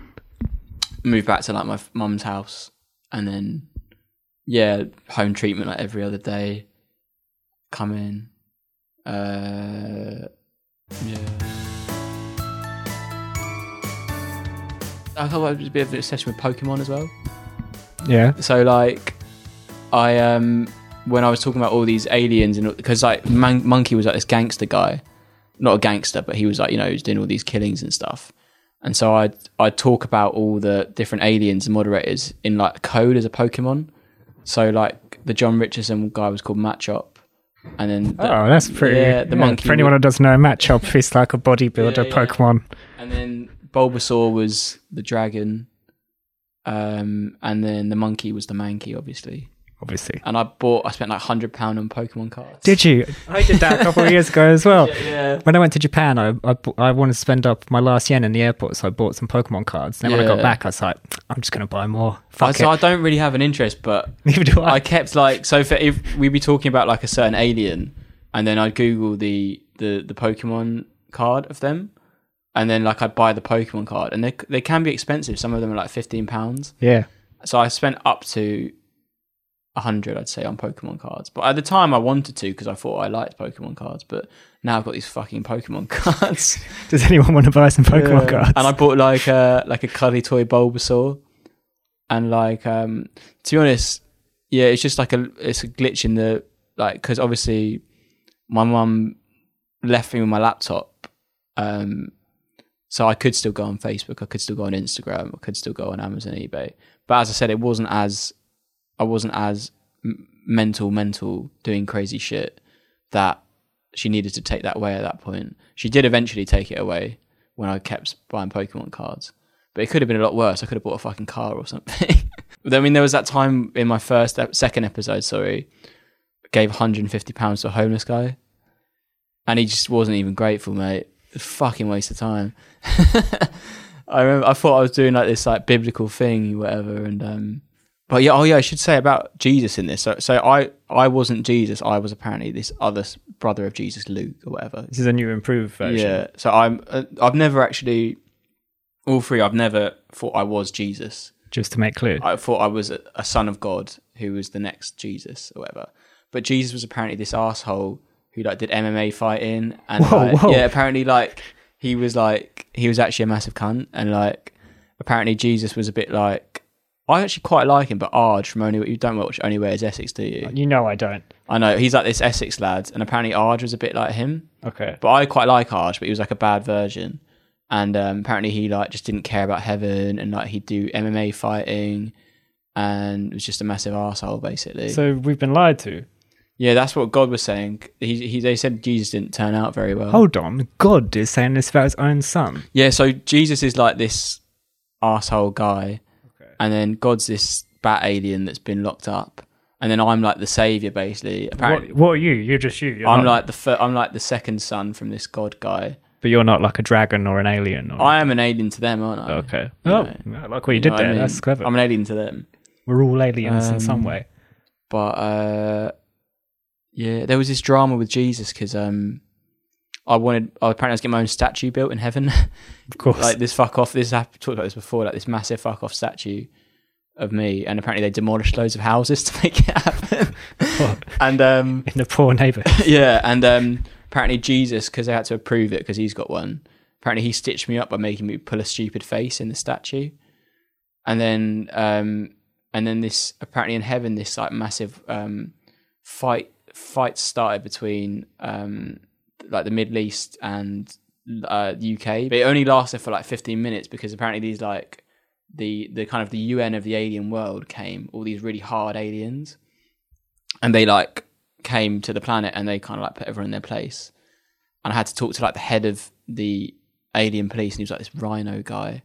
moved back to like my f- mum's house, and then yeah, home treatment like every other day. Come in. Uh, yeah. I thought I'd just be a bit of an obsession with Pokemon as well. Yeah. So like, I um when I was talking about all these aliens and because like Man- Monkey was like this gangster guy, not a gangster, but he was like you know he was doing all these killings and stuff. And so I I talk about all the different aliens and moderators in like code as a Pokemon. So like the John Richardson guy was called Matchop, and then the, Oh, that's pretty. yeah, the monkey For anyone who doesn't know, Matchup is like a bodybuilder Yeah, yeah. Pokemon. and then Bulbasaur was the dragon, um, and then the monkey was the monkey, obviously. Obviously. And I bought, I spent like hundred pound on Pokemon cards. Did you? I did that a couple of years ago as well. Yeah. When I went to Japan, I, I, bu- I wanted to spend up my last yen in the airport, so I bought some Pokemon cards. And then when I got Yeah. back, I was like, I'm just going to buy more. I, Fuck so I it. don't really have an interest, but Neither do I. I kept like so. For if we'd be talking about like a certain alien, and then I'd Google the the the Pokemon card of them, and then like I'd buy the Pokemon card, and they they can be expensive. Some of them are like fifteen pounds. yeah. so I spent up to a hundred, I'd say, on Pokemon cards. But at the time, I wanted to because I thought I liked Pokemon cards. But now I've got these fucking Pokemon cards, Does anyone want to buy some Pokemon cards? and I bought like a like a cuddly toy Bulbasaur, and like um to be honest, yeah, it's just like a it's a glitch in the like because obviously my mum left me with my laptop, um, so I could still go on Facebook, I could still go on Instagram, I could still go on Amazon, eBay. But as I said, it wasn't as I wasn't as m- mental, mental doing crazy shit that she needed to take that away at that point. She did eventually take it away when I kept buying Pokemon cards. But it could have been a lot worse. I could have bought a fucking car or something. But I mean, there was that time in my first, ep- second episode, sorry, gave 150 pounds to a homeless guy, and he just wasn't even grateful, mate. Fucking waste of time. I remember I thought I was doing like this like biblical thing, whatever, and um, but yeah, oh yeah, I should say about Jesus in this. So, so I I wasn't Jesus. I was apparently this other s- brother of Jesus, Luke or whatever. this is a new improved version. Yeah. So I'm uh, I've never actually all three. I've never thought I was Jesus. Just to make clear. I thought I was a, a son of God who was the next Jesus or whatever. But Jesus was apparently this asshole who like did MMA fighting and Whoa, like, whoa. yeah, apparently like he was like he was actually a massive cunt and like apparently Jesus was a bit like I actually quite like him, but Arge from Only you don't watch Only Wears Essex, do you? you know I don't. I know he's like this Essex lad, and apparently Arge was a bit like him. Okay. But I quite like Arj, but he was like a bad version. And um, apparently he like just didn't care about heaven and like he'd do MMA fighting and was just a massive asshole basically. So we've been lied to. yeah, that's what God was saying. He, he they said Jesus didn't turn out very well. Hold on. God is saying this about his own son. Yeah, so Jesus is like this asshole guy, and then God's this bat alien that's been locked up, and then I'm like the savior basically. What, Apparently, what are you? You're just you. You're I'm not- like the fir- I'm like the second son from this God guy. But you're not like a dragon or an alien. Or, I am an alien to them, aren't I? okay. You Oh, know. I like what you did know what there. I mean? That's clever. I'm an alien to them. We're all aliens in Um, some way. But uh, yeah, there was this drama with Jesus because um, I wanted, I apparently I was getting my own statue built in heaven. Of course. like this fuck off, this, I've talked about this before, like this massive fuck off statue of me. And apparently they demolished loads of houses to make it happen. What? and um, in the poor neighbor. yeah, and um, apparently Jesus, because they had to approve it because he's got one, Apparently, he stitched me up by making me pull a stupid face in the statue, and then um, and then this apparently in heaven this like massive um, fight fight started between um, like the Middle East and uh, UK, but it only lasted for like 15 minutes because apparently these like the the kind of the UN of the alien world came, all these really hard aliens, and they like came to the planet and they kind of like put everyone in their place. And I had to talk to like the head of the alien police, and he was like this rhino guy,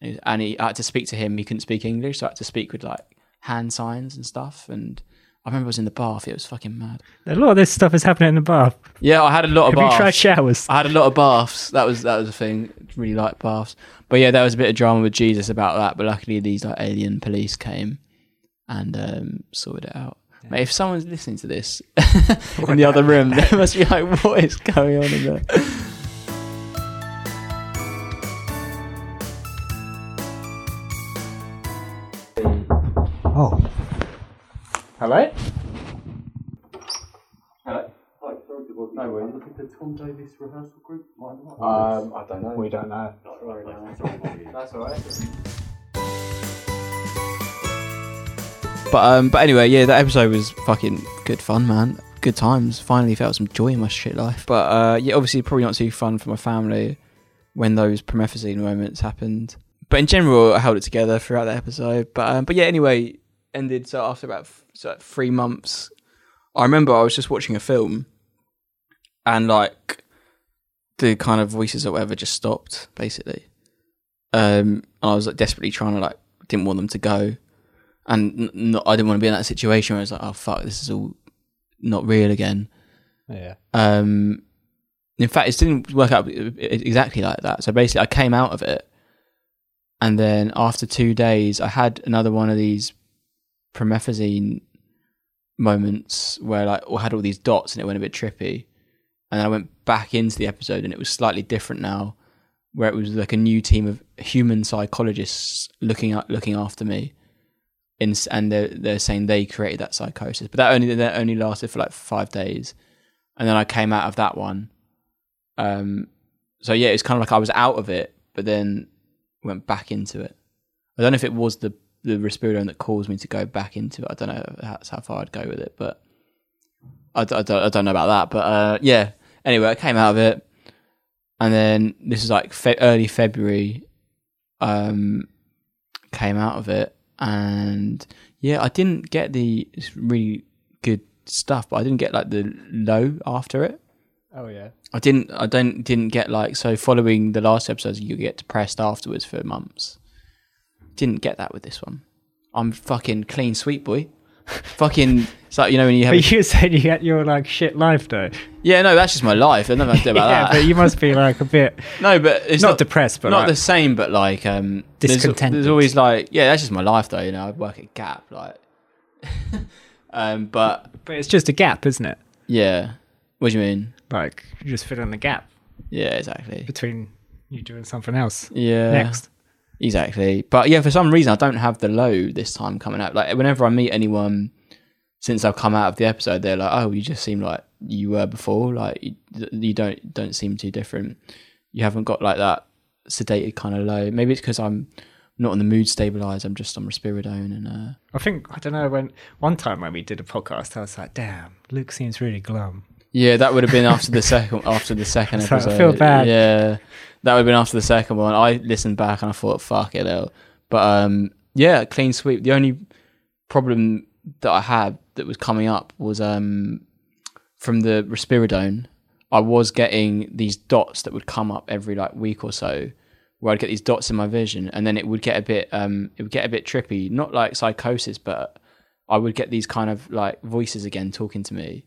and he, was- and he I had to speak to him. He couldn't speak English, so I had to speak with like hand signs and stuff. And I remember I was in the bath; it was fucking mad. A lot of this stuff is happening in the bath. Yeah, I had a lot of. Have you tried baths. showers? I had a lot of baths. That was that was a thing. Really liked baths. But yeah, there was a bit of drama with Jesus about that. But luckily, these like alien police came and um, sorted it out. Mate, if someone's listening to this in the other room, they must be like, "What is going on in there?" Oh. Hello. Um, I don't know. We don't know. But um, but anyway, yeah, that episode was fucking good fun, man. Good times. Finally felt some joy in my shit life. But uh, yeah, obviously probably not too fun for my family when those promethazine moments happened. But in general, I held it together throughout the episode. But um, but yeah, anyway, ended so after about f- so like three months. I remember I was just watching a film, and like the kind of voices or whatever just stopped basically. Um, and I was like desperately trying to like didn't want them to go and n- not, I didn't want to be in that situation where I was like, oh fuck, this is all not real again. Yeah. Um, in fact, it didn't work out e- exactly like that. So basically, I came out of it, and then after two days, I had another one of these promethazine moments where like I had all these dots and it went a bit trippy, and then I went back into the episode and it was slightly different now, where it was like a new team of human psychologists looking at looking after me. In, and they're, they're saying they created that psychosis, but that only that only lasted for like five days and then I came out of that one. Um, so yeah, it's kind of like I was out of it, but then went back into it. I don't know if it was the the risperidone that caused me to go back into it. I don't know if that's how far I'd go with it, but I, d- I don't I don't know about that. But uh, yeah, anyway, I came out of it, and then this is like fe- early February. Um, came out of it, and yeah, I didn't get the it's really good stuff, but I didn't get like the low after it. Oh yeah. I didn't. I don't. Didn't get like so. Following the last episodes, you get depressed afterwards for months. Didn't get that with this one. I'm fucking clean, sweet boy. fucking. It's like you know when you have. But you said you had your like shit life though. yeah, no, that's just my life. There's nothing I can do about yeah, that. but you must be like a bit. no, but it's Not depressed, but not like- the same. But like um, there's- Discontented. There's, always like yeah, that's just my life though. You know, I work at Gap like. um, but But it's just a gap, isn't it? yeah, what do you mean? Like you just fill in the gap Yeah, exactly. between you doing something else. Yeah. Next. Exactly. But yeah, for some reason, I don't have the low this time coming out. Like, whenever I meet anyone since I've come out of the episode, they're like, oh, you just seem like you were before. Like, you, you don't don't seem too different. You haven't got like that sedated kind of low. Maybe it's because I'm not on the mood stabilizer. I'm just on risperidone and uh, I think I don't know when one time when we did a podcast, I was like, "Damn, Luke seems really glum." Yeah, that would have been after the second after the second So I episode. feel bad. Yeah, that would have been after the second one. I listened back and I thought, fuck it out. But um, yeah, clean sweep. The only problem that I had that was coming up was um, from the risperidone. I was getting these dots that would come up every like week or so, where I'd get these dots in my vision, and then it would get a bit um, it would get a bit trippy. Not like psychosis, but I would get these kind of like voices again talking to me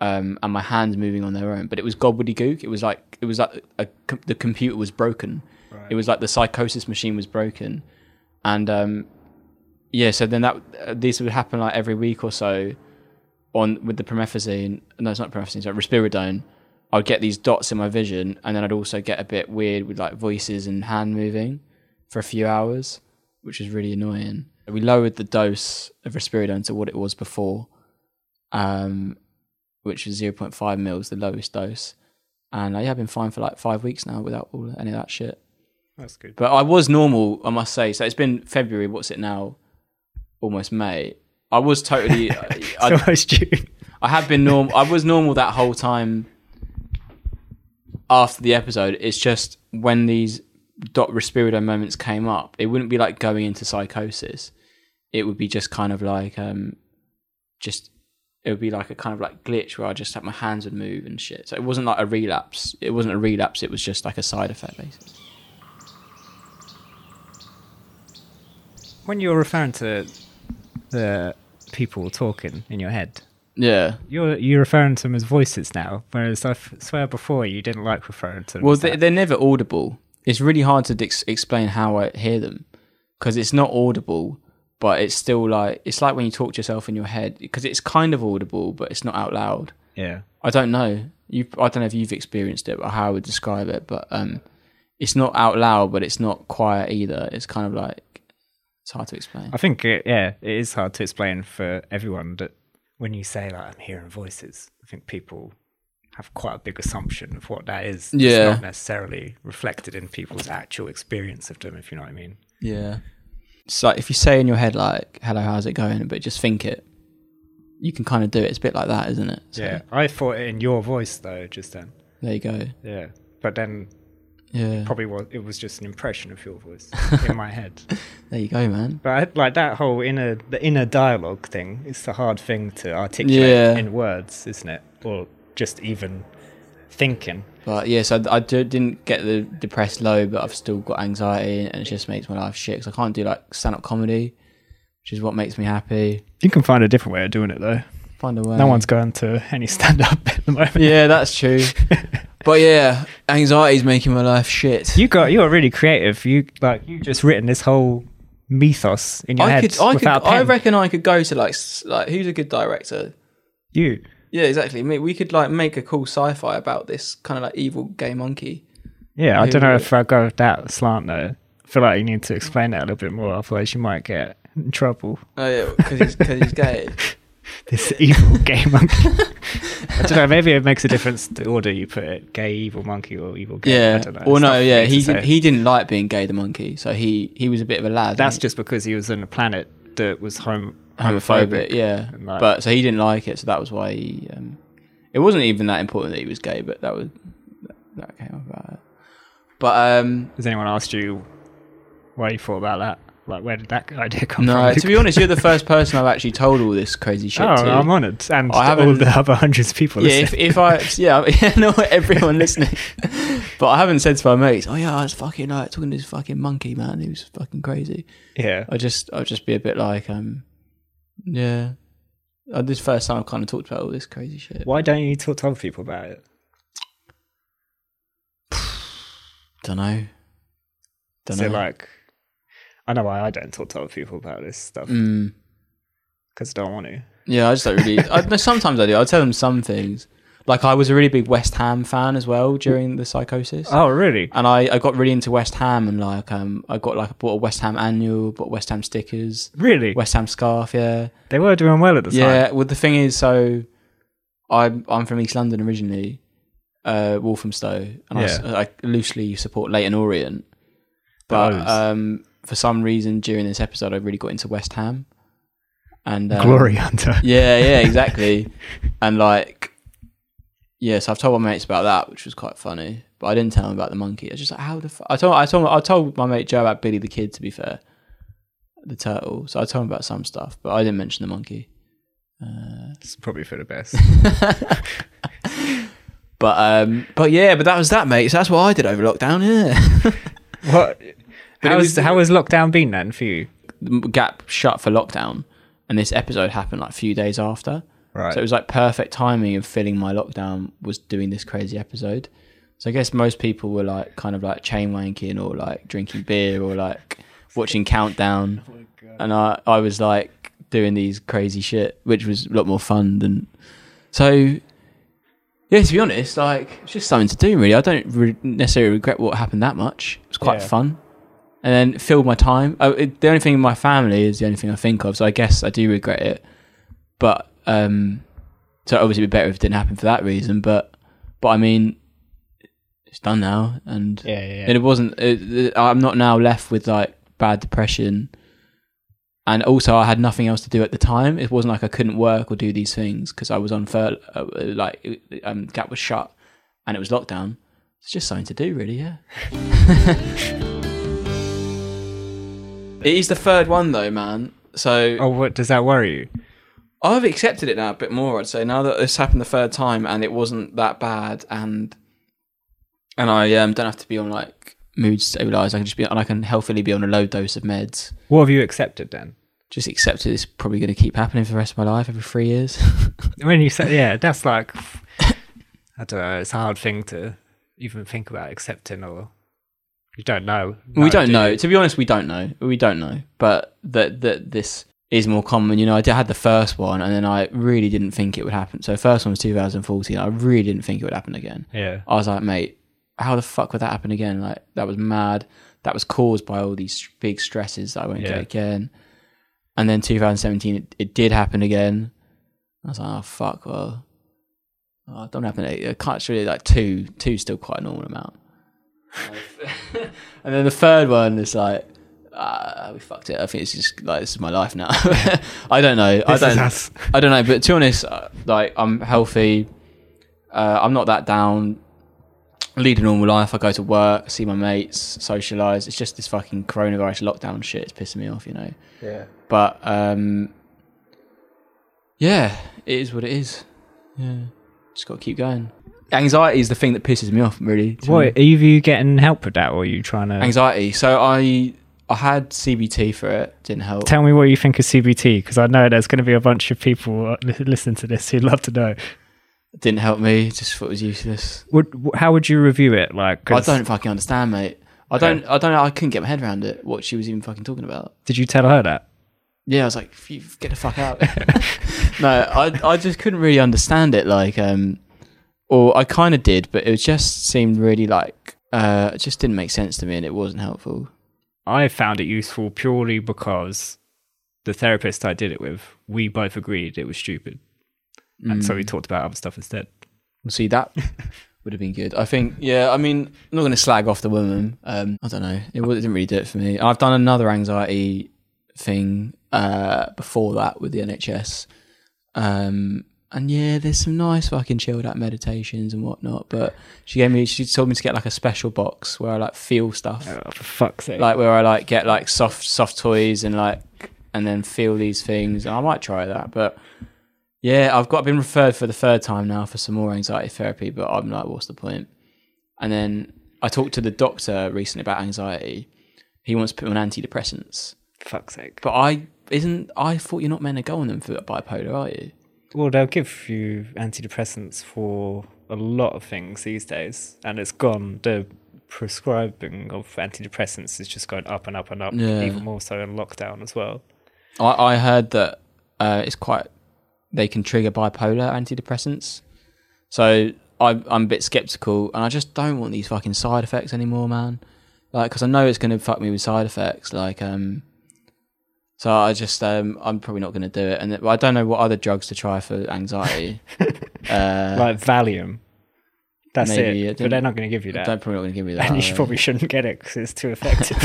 um, and my hands moving on their own. But it was gobbledygook. It was like it was like a, com- the computer was broken. It was like the psychosis machine was broken, and um, yeah. So then that uh, these would happen like every week or so, on with the promethazine. No, it's not promethazine. Sorry, risperidone. I would get these dots in my vision, and then I'd also get a bit weird with like voices and hand moving for a few hours, which is really annoying. We lowered the dose of risperidone to what it was before, um, which was 0.5 mils, the lowest dose. And uh, yeah, I've been fine for like five weeks now without all any of that shit. That's good. But I was normal, I must say. So it's been February. What's it now? Almost May. I was totally. I, So I, I June. I have been normal. I was normal that whole time. After the episode, it's just when these dot respiro moments came up, it wouldn't be like going into psychosis. It would be just kind of like um, just it would be like a kind of like glitch where I just like my hands would move and shit. So it wasn't like a relapse. It wasn't a relapse. It was just like a side effect, basically. When you're referring to the people talking in your head, Yeah. you're you're referring to them as voices now, whereas I f- swear before you didn't like referring to them. Well, as they, that. they're never audible. It's really hard to dix explain how I hear them because it's not audible, but it's still like it's like when you talk to yourself in your head because it's kind of audible, but it's not out loud. yeah. I don't know. You, I don't know if you've experienced it or how I would describe it, but um, it's not out loud, but it's not quiet either. It's kind of like it's hard to explain. I think it, yeah, it is hard to explain for everyone that when you say like I'm hearing voices, I think people have quite a big assumption of what that is. Yeah. It's not necessarily reflected in people's actual experience of them, if you know what I mean. Yeah. It's like if you say in your head like "Hello, how's it going?" but just think it. You can kind of do it. It's a bit like that, isn't it? So, Yeah. I thought it in your voice though, just then. There you go. Yeah. But then Yeah. probably was it was just an impression of your voice in my head. There you go, man. But I- like that whole inner the inner dialogue thing, it's the hard thing to articulate Yeah. in words, isn't it? Or just even thinking. But yeah, so I do, didn't get the depressed low, but I've still got anxiety, and it just makes my life shit. 'cause I can't do like stand up comedy, which is what makes me happy. You can find a different way of doing it though. Find a way. No one's going to any stand up at the moment. Mm. Yeah, that's true. but yeah, anxiety's making my life shit. You got you're really creative. You like you just written this whole mythos in your I head could, I could, without a I pen. reckon I could go to like, s- like who's a good director? you. Yeah, exactly. Me- We could like make a cool sci-fi about this kind of like evil gay monkey. Yeah, I You don't know would. if I go with that slant though. I feel like you need to explain that a little bit more, otherwise you might get in trouble. Oh yeah, because he's, 'cause he's gay. This evil gay monkey. I don't know. Maybe it makes a difference the order you put it: gay evil monkey or evil gay. I Yeah. don't know. Or It's not no, for yeah. me to He say. did, he didn't like being gay, the monkey. So he he was a bit of a lad. That's and just because he was on a planet that was home homophobic. Yeah. and like- But so he didn't like it. So that was why he. Um, it wasn't even that important that he was gay, but that was that came up about it. But um, Has anyone asked you why you thought about that? Like, where did that idea come from? no, Luke? to be honest, you're the first person I've actually told all this crazy shit Oh, to. I'm honoured, and I all haven't- the other hundreds of people. yeah, if, listening. if I yeah, yeah, no, everyone listening. but I haven't said to my mates, "Oh yeah, I was fucking like talking to this fucking monkey man. He was fucking crazy." yeah. I just I'd just be a bit like um yeah. Uh, this first time I've kind of talked about all this crazy shit. Why don't you talk to other people about it? Don't know. Don't So, know. like, I know why I don't talk to other people about this stuff mm. because I don't want to. Yeah, I just don't really. I, no, sometimes I do. I tell them some things. Like I was a really big West Ham fan as well during the psychosis. Oh, really? and I, I got really into West Ham and like um I got like I bought a West Ham annual, bought West Ham stickers, Really? West Ham scarf, yeah. They were doing well at the time. Yeah, well, the thing is, so I'm I'm from East London originally, uh, Walthamstow, and I s- Yeah. I, loosely support Leighton Orient, but Those. um, for some reason during this episode, I really got into West Ham, and um, Glory Hunter. Yeah, yeah, exactly, and like, yeah, so I've told my mates about that, which was quite funny, but I didn't tell them about the monkey. I was just like, how the f-? I told I told I told my mate Joe about Billy the Kid. To be fair. The turtle, so I told him about some stuff, but I didn't mention the monkey. It's probably for the best. But um, but yeah, but that was that, mate. So that's what I did over lockdown. Yeah, what? it How was, was- how has lockdown been then for you? The gap shut for lockdown, and this episode happened like a few days after. Right. So it was like perfect timing of filling my lockdown was doing this crazy episode. So I guess most people were like kind of like chain wanking or like drinking beer or like watching Countdown, and I I was like doing these crazy shit, which was a lot more fun than so. Yeah, to be honest, like it's just something to do. Really, I don't re- necessarily regret what happened that much. It was quite Yeah. fun, and then filled my time. Oh, it, the only thing in my family is the only thing I think of, so I guess I do regret it. But um, so obviously, it'd be better if it didn't happen for that reason. But but I mean, it's done now, and Yeah, yeah, yeah. and it wasn't. It, it- I'm not now left with like bad depression, and also I had nothing else to do at the time. It wasn't like I couldn't work or do these things because I was on furlough. Uh, like it- um, Gap was shut, and it was lockdown. It's just something to do, really. Yeah. it is the third one though, man. So Oh, what does that worry you? I've accepted it now a bit more. I'd say now that this happened the third time and it wasn't that bad, and and I um, don't have to be on like mood stabilizer. I can just be and I can healthily be on a low dose of meds. What have you accepted then? Just accepted it's probably going to keep happening for the rest of my life every three years. When you say yeah, that's like I don't know. It's a hard thing to even think about accepting, or you don't know. we don't do know. you? To be honest, we don't know. We don't know. But that that this is more common. You know, I did- I had the first one, and then I really didn't think it would happen. So first one was 2014. I really didn't think it would happen again. Yeah. I was like, mate, how the fuck would that happen again? Like that was mad. That was caused by all these st- big stresses that I won't Yeah. get again. And then 2017, it, it did happen again. I was like, oh fuck, well, oh, it don't happen. It, it can't it's really like two, two's still quite a normal amount. and then the third one is like, ah, we fucked it. I think it's just like this is my life now. I don't know. I This don't. is us. I don't know. But to be honest, uh, like I'm healthy. Uh, I'm not that down. I lead a normal life. I go to work, see my mates, socialize. It's just this fucking coronavirus lockdown shit. It's pissing me off, you know. Yeah. But um, yeah, it is what it is. Yeah, just got to keep going. Anxiety is the thing that pisses me off, really. to be What are you getting help with that, or are you trying to? anxiety. So I I had CBT for it. Didn't help. Tell me what you think of CBT, because I know there's going to be a bunch of people li- listening to this who'd love to know. didn't help me. Just thought it was useless. Would, wh- how would you review it? Like, I 'cause don't fucking understand, mate. I don't. I don't know. I couldn't get my head around it. What she was even fucking talking about. Did you tell her that? Yeah, I was like, "Phew, get the fuck out. no, I I just couldn't really understand it. Like, um, or I kind of did, but it just seemed really like uh, it just didn't make sense to me, and it wasn't helpful. I found it useful purely because the therapist I did it with, we both agreed it was stupid, and Mm. so we talked about other stuff instead. See that would have been good. I think. Yeah. I mean, I'm not going to slag off the woman. Um, I don't know. It, wa- it didn't really do it for me. I've done another anxiety thing uh, before that with the NHS. Um, and yeah, there's some nice fucking chilled out meditations and whatnot. But she gave me. She told me to get like a special box where I like feel stuff Oh, for fuck's sake! like where I like get like soft soft toys and like and then feel these things. And I might try that, but yeah, I've got been referred for the third time now for some more anxiety therapy, but I'm like, what's the point? And then I talked to the doctor recently about anxiety. He wants to put me on antidepressants, fuck's sake! but I isn't. I thought you're not meant to go on them for bipolar, are you? Well, they'll give you antidepressants for a lot of things these days, and it's gone. The prescribing of antidepressants is just going up and up and up, Yeah. even more so in lockdown as well. I, I heard that uh, it's quite they can trigger bipolar antidepressants. So I, I'm a bit skeptical, and I just don't want these fucking side effects anymore, man. Like, because I know it's going to fuck me with side effects. Like, um, so I just um, I'm probably not going to do it, and I don't know what other drugs to try for anxiety. Uh, like Valium. That's maybe it it. But didn't- they're not going to give you They're that. probably not going to give me that. uh, and you are they? should- probably shouldn't get it because it's too effective.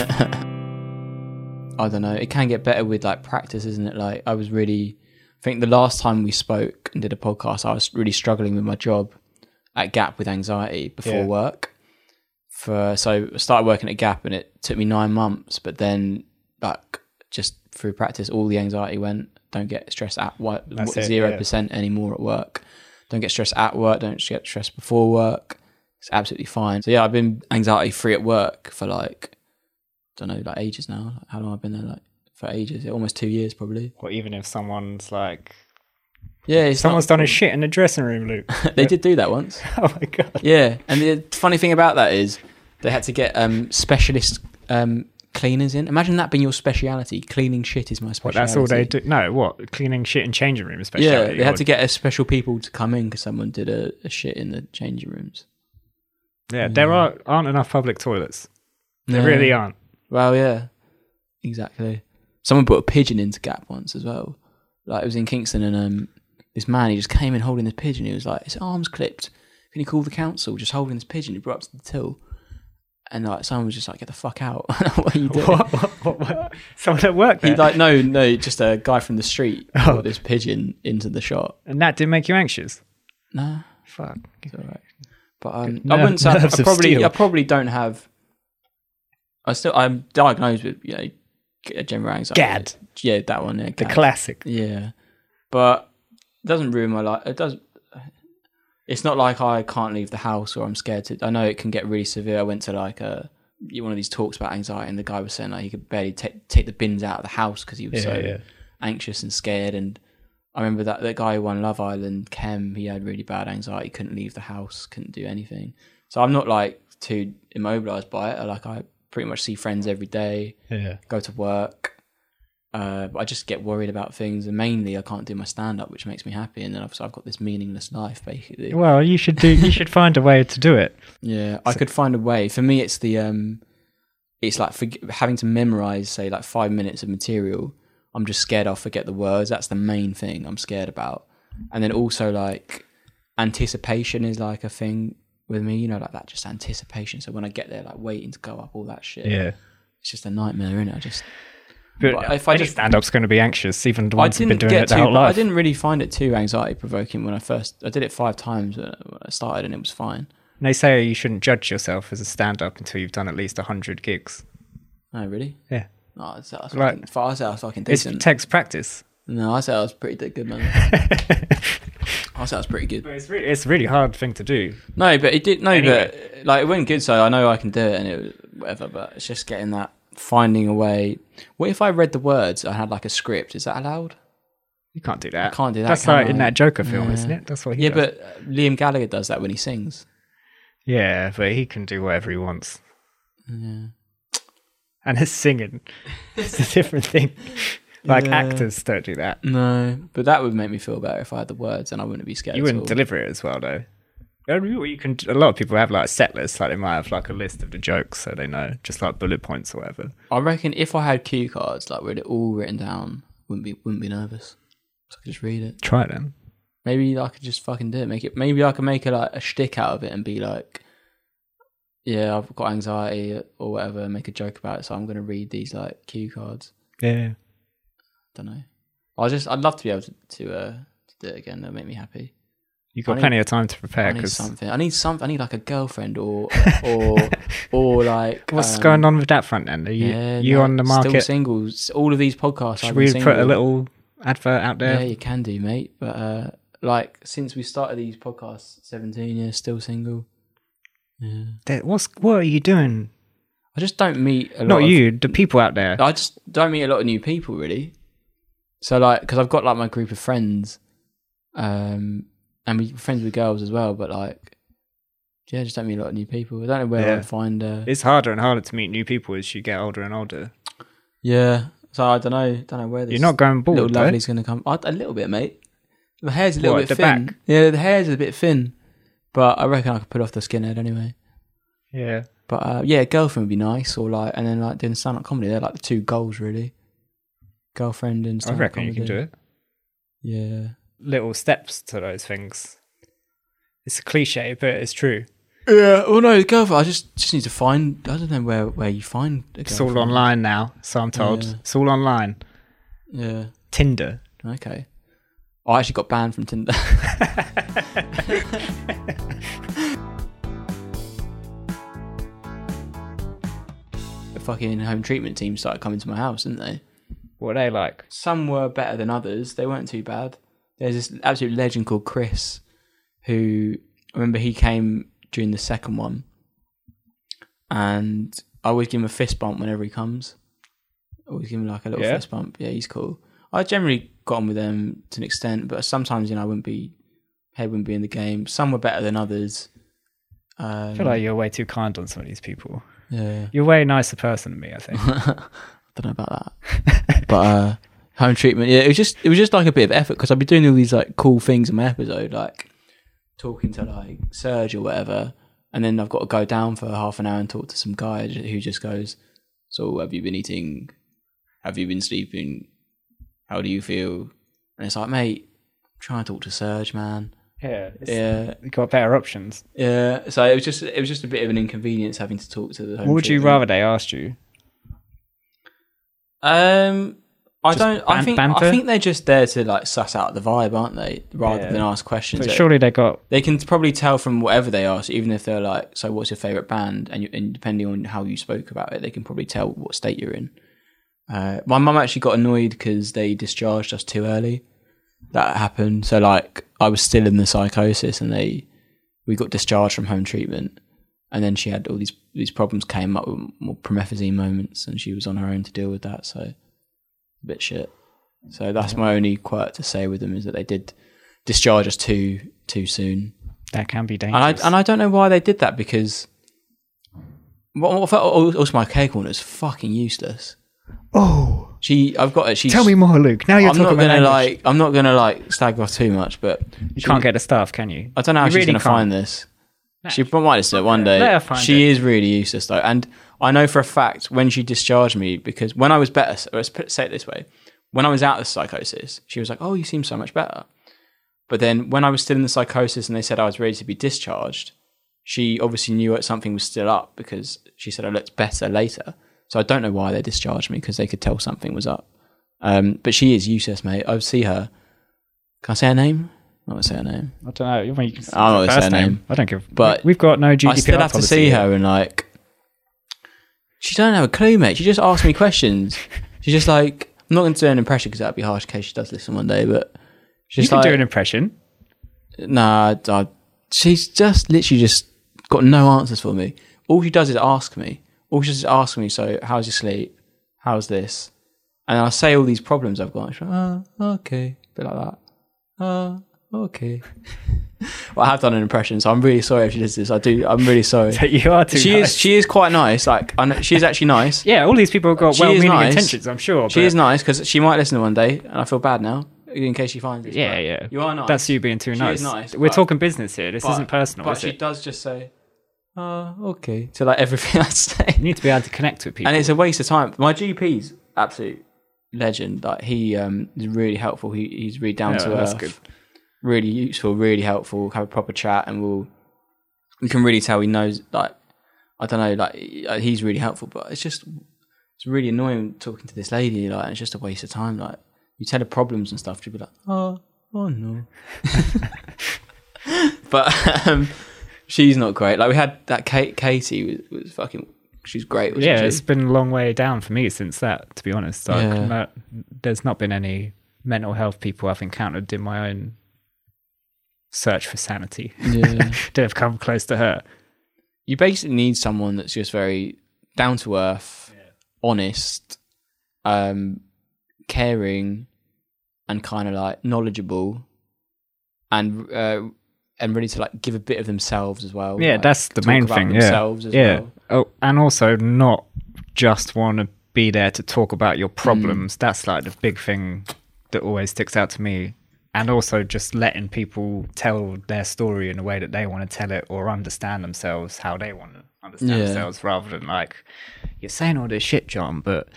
I don't know. It can get better with like practice, isn't it? Like I was really, I think the last time we spoke and did a podcast, I was really struggling with my job at Gap with anxiety before Yeah. work. For so I started working at Gap and it took me nine months, but then like just through practice, all the anxiety went. Don't get stressed at what That's it, zero yeah. percent anymore at work. Don't get stressed at work. Don't get stressed before work. It's absolutely fine. So yeah, I've been anxiety free at work for like don't know, like ages now. Like, how long I've been there? Like for ages, almost two years probably. or even if someone's like, Yeah, it's someone's not, done a shit in the dressing room, Luke. they did do that once. oh my god! Yeah, and the funny thing about that is they had to get um, specialist um, cleaners in. Imagine that being your speciality. Cleaning shit is my What? speciality. That's all they do. No, what? Cleaning shit and changing room, especially. Yeah, they had to get a special people to come in because someone did a, a shit in the changing rooms. Yeah, there are aren't enough public toilets. There Yeah. really aren't. Well, yeah, exactly. Someone put a pigeon into Gap once as well. Like it was in Kingston, and um, this man he just came in holding the pigeon. He was like, his arms clipped. can you call the council? Just holding this pigeon, he brought up to the till. And like someone was just like, get the fuck out. what are you doing? What? What? What? what? Someone at work He there. like, no, no, just a guy from the street Oh. brought this pigeon into the shop. and that didn't make you anxious? Nah. Fuck. It's all right. But um, Nerve- I wouldn't say I nerves of probably steel. I probably don't have. I still I'm diagnosed with you know g- general anxiety. Gad. Yeah, that one. Yeah, The Gad. classic. yeah, but it doesn't ruin my life. It does. It's not like I can't leave the house or I'm scared to. I know it can get really severe. I went to like a one of these talks about anxiety, and the guy was saying like he could barely take take the bins out of the house because he was Yeah, so yeah. anxious and scared. And I remember that that guy who won Love Island, Kem. He had really bad anxiety, couldn't leave the house, couldn't do anything. So I'm not like too immobilized by it. Like I pretty much see friends every day Yeah. go to work. Uh, but I just get worried about things, and mainly I can't do my stand up, which makes me happy. And then I've, so I've got this meaningless life, basically. Well, you should do. You should find a way to do it. yeah, I could find a way. For me, it's the um, it's like forg having to memorize, say, like five minutes of material. I'm just scared I'll forget the words. That's the main thing I'm scared about. And then also like anticipation is like a thing with me, you know, like that just anticipation. So when I get there, like waiting to go up, all that shit. Yeah. it's just a nightmare, innit? I just But But if I any just- stand-up's going to be anxious, even the I ones who've been didn't doing it get their too. whole life. I didn't really find it too anxiety provoking when I first. I did it five times when I when I started, and it was fine. And they say you shouldn't judge yourself as a stand-up until you've done at least hundred gigs. Oh, really? Yeah. No, I said I was Like- fucking. fuck, I said I was fucking It's, decent. it takes practice. no, I said I was pretty d- good, man. I said I was pretty good. It's really, it's a really hard thing to do. No, but it did. No, Anyway. but like it went good, so I know I can do it, and it was whatever. But it's just getting that finding a way. What if I read the words? I had like a script. Is that allowed? You can't do that. I can't do that, That's can like I? in that Joker film, isn't it? That's what he yeah, does. but uh, Liam Gallagher does that when he sings. yeah, but he can do whatever he wants. And his singing is a different thing. Like Yeah. actors don't do that. No, but that would make me feel better if I had the words, and I wouldn't be scared. You at wouldn't all. deliver it as well, though. I mean, You can. A lot of people have like set lists. Like they might have like a list of the jokes, so they know just like bullet points or whatever. I reckon if I had cue cards, like with it all written down, wouldn't be wouldn't be nervous. So I could just read it. Try them. Maybe I could just fucking do it. Make it. Maybe I could make a like a shtick out of it and be like, "Yeah, I've got anxiety or whatever." and Make a joke about it. So I'm gonna read these like cue cards. Yeah. Don't know. I just I'd love to be able to to, uh, to do it again. That'd make me happy. You've I got need- plenty of time to I prepare need because something. I need something. I need like a girlfriend or or or like what's um, going on with that front end? Are you, Yeah, you no, on the Still market? singles. All of these podcasts. I've Should been we put a single. little advert out Yeah, there? you can do, mate. But uh, like since we started these podcasts, seventeen, yeah, still single. There- What's what are you doing? I just don't meet a lot. Not of- you, the people out there. I just don't meet a lot of new people, really. So like, because I've got like my group of friends, um, and we friends with girls as well. But like, yeah, I just don't meet a lot of new people. I don't know where Yeah. I find. Uh, It's harder and harder to meet new people as you get older and older. yeah. So I don't know. Don't know where this. You're not going little bald, though. lovely's going to come. I, a little bit, mate. The hair's a little What, bit the thin. back? Yeah, the hair's a bit thin, but I reckon I could put off the skinhead anyway. Yeah. But uh, yeah, girlfriend would be nice, or like, and then like doing stand up comedy. They're like the two goals, really. Girlfriend and I stand up reckon you comedy. can do it. Yeah, Little steps to those things. It's a cliche, but it's true. yeah. Well, no, the girlfriend. I just just need to find. I don't know where where you find. A It's all girlfriend. online now, so I'm told. Yeah. It's all online. Yeah. Tinder. Okay. I actually got banned from Tinder. the fucking home treatment team started coming to my house, didn't they? What are they like? some were better than others. They weren't too bad. There's this absolute legend called Chris, who I remember he came during the second one, and I always give him a fist bump whenever he comes. I always give him like a little Yeah? fist bump. Yeah, he's cool. I generally got on with them to an extent, but sometimes you know I wouldn't be head wouldn't be in the game. Some were better than others. I Um, feel like you're way too kind on some of these people. yeah. You're a way nicer person than me, I think. don't know about that. but uh, home treatment, yeah, it was just it was just like a bit of effort because I'd be doing all these like cool things in my episode, like talking to like Serge or whatever, and then I've got to go down for half an hour and talk to some guy j- who just goes, "So have you been eating? Have you been sleeping? How do you feel?" And it's like, mate, try and talk to Serge, man. Yeah, it's, Yeah. you've got better options. Yeah. So it was just it was just a bit of an inconvenience having to talk to the. Home What would you children. rather they asked you? Um, I Just don't. I ban- think banter? I think they're just there to like suss out the vibe, aren't they? Rather Yeah. than ask questions. But They- surely they got They can probably tell from whatever they ask, even if they're like, "So, what's your favorite band?" and, you, and depending on how you spoke about it, they can probably tell what state you're in. Uh, my mum actually got annoyed because they discharged us too early. That happened. So, like, I was still in the psychosis, and they we got discharged from home treatment, and then she had all these these problems came up with more promethazine moments, and she was on her own to deal with that. So, a bit shit. So that's my only quirk to say with them is that they did discharge us too too soon. that can be And I, dangerous. and I don't know why they did that because. Well, well, oh, also, my cake corner is fucking useless. oh, She, I've got it. She, tell me more, Luke. Now you're I'm not talking gonna about language. like. I'm not gonna like slag off too much, but You can't get the staff, can you? I don't know how You she's really gonna can't. find this. She probably might do it one day. Let her find she it. is really useless though, and I know for a fact when she discharged me because when I was better, or let's put- say it this way, when I was out of psychosis, she was like, "Oh, you seem so much better." But then when I was still in the psychosis and they said I was ready to be discharged, she obviously knew that something was still up because she said I looked better later. So I don't know why they discharged me because they could tell something was up. Um, but she is useless, mate. I see her. Can I say her name? I'm not gonna say her name. I don't know. You- well, you can say I don't know the what's first her name. I don't give. But But we've got no GDPR. I still have to policy see here. her and like she don't have a clue, mate. She just asks me questions. She's just like I'm not going to do an impression because that'd be harsh in case she does listen one day. But You she's just can like do an impression. nah. I, I- she's just literally just got no answers for me. All she does is ask me. All she does is ask me. So how's your sleep? How's this? And I say all these problems I've got. She's like, oh, okay, bit like that. Oh, okay. well, I have done an impression, so I'm really sorry if she does this. I do. I'm really sorry But you are too. she nice. is she is quite nice. Like I know, she is actually nice. Yeah, all these people have got She is well-meaning nice. intentions. I'm sure. she but- is nice because she might listen to one day, and I feel bad now in case she finds it. Yeah, but yeah. You are nice. That's you being too She nice. is nice, We're but- talking business here. This But- isn't personal, But is she it? does just say, "Uh, okay," to like everything I say. You need to be able to connect with people. And it's a waste of time. My GP's absolute legend. Like he um is really helpful. He he's really down Yeah, to that's earth. good. Really useful, really helpful. Have a proper chat and we'll you can really tell he knows like I don't know, like he- uh, he's really helpful, but it's just it's really annoying talking to this lady, like and it's just a waste of time. Like you tell her problems and stuff, she'd be like, Oh, oh no. but um she's not great. Like we had that Kate Katie was, was fucking she's great, wasn't yeah, she? it's been a long way down for me since that, to be honest. Like, Yeah. no- there's not been any mental health people I've encountered in my own search for sanity Yeah. that have come close to her. you basically need someone that's just very down to earth, honest, um, caring, and kind of like knowledgeable, and uh, and ready to like give a bit of themselves as well. Yeah, like, that's the talk main about thing. Themselves yeah. as yeah. well. Oh, and also not just want to be there to talk about your Mm. problems. That's like the big thing that always sticks out to me. And also just letting people tell their story in a way that they want to tell it or understand themselves how they want to understand Yeah. themselves rather than like, you're saying all this shit, John, but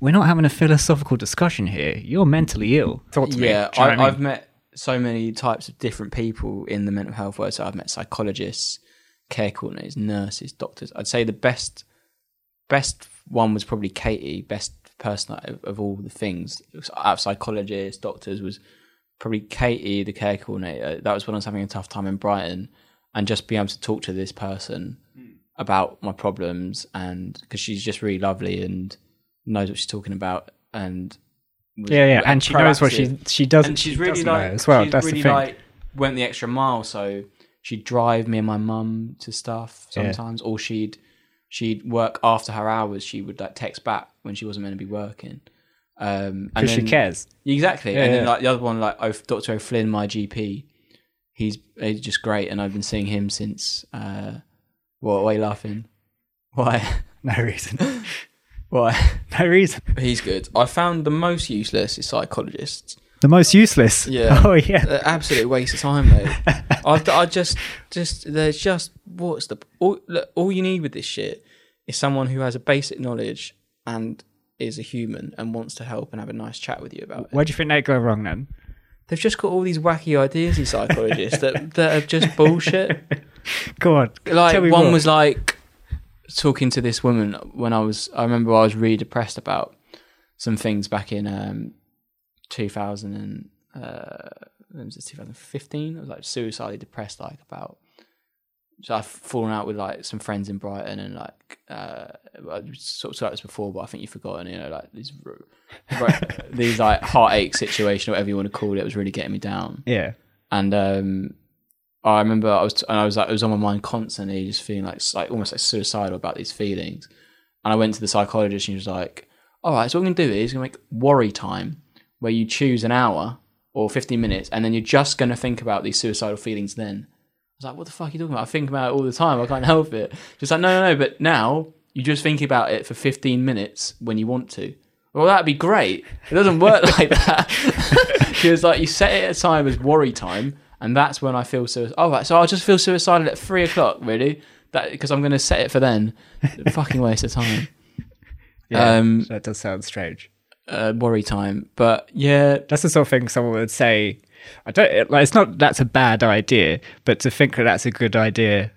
we're not having a philosophical discussion here. You're mentally ill. Talk to me. yeah, Do you know what I I, mean? I've met so many types of different people in the mental health world. So I've met psychologists, care coordinators, nurses, doctors. I'd say the best, best one was probably Katie, best person out of, of all the things out of psychologists, doctors was probably Katie, the care coordinator. That was when I was having a tough time in Brighton, and just being able to talk to this person about my problems, and because she's just really lovely and knows what she's talking about, and was- yeah, yeah. And she knows what proactive she she doesn't. and she's she really doesn't like know as well. She's That's really the thing. like went the extra mile. So she'd drive me and my mum to stuff Yeah. sometimes, or she'd she'd work after her hours. She would like text back when she wasn't meant to be working. Um, and because she then- cares. Exactly. Yeah, and then yeah. like the other one, like oh, Dr. O'Flynn, my GP, he's, he's just great, and I've been seeing him since. Uh, what? Why are you laughing? Why? No reason. Why? No reason. He's good. I found the most useless is psychologists. The most useless. Yeah. Oh yeah. Uh, absolute waste of time, mate. I, I just, just there's just what's the all, look, all you need with this shit is someone who has a basic knowledge and is a human and wants to help and have a nice chat with you about it. Where do you think they go wrong then? They've just got all these wacky ideas, these psychologists that that are just bullshit. God, Like tell me one more. was like talking to this woman when I was. I remember I was really depressed about some things back in um, 2000 and uh, when was it 2015. I was like suicidally depressed, like about. So I've fallen out with like some friends in Brighton and like uh, I sort of talked about this before, but I think you've forgotten. You know, like these these like heartache situation, whatever you want to call it, was really getting me down yeah, and um I remember I was and I was like it was on my mind constantly, just feeling like like almost like suicidal about these feelings. And I went to the psychologist, and she was like, "All right, so what we're gonna do is we're gonna make worry time, where you choose an hour or fifteen minutes, and then you're just gonna think about these suicidal feelings." Then I was like, "What the fuck are you talking about? I think about it all the time. I can't help it." She's like, "No, no, no, but now you just think about it for fifteen minutes when you want to." Well, that'd be great. It doesn't work like that. she was like, you set it aside as worry time, and that's when I feel suicidal. Oh, right, so I'll just feel suicidal at three o'clock, really? That because I'm going to set it for then. Fucking waste of time. yeah. Um, that does sound strange. Uh, worry time, but yeah, That's the sort of thing someone would say. I don't it- like. It's not that's a bad idea, but to think that that's a good idea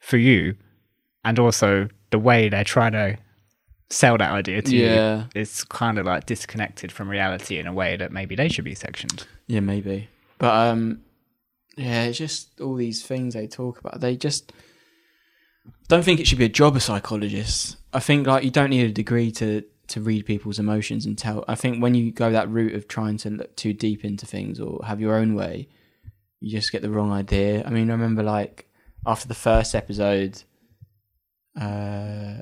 for you, and also the way they're trying to sell that idea to Yeah. you, it's kind of like disconnected from reality in a way that maybe they should be sectioned. yeah, maybe. But um, yeah, it's just all these things they talk about. They just don't think it should be a job of psychologists. I think like you don't need a degree to to read people's emotions and tell. I think when you go that route of trying to look too deep into things or have your own way, you just get the wrong idea. I mean, I remember like after the first episode, uh,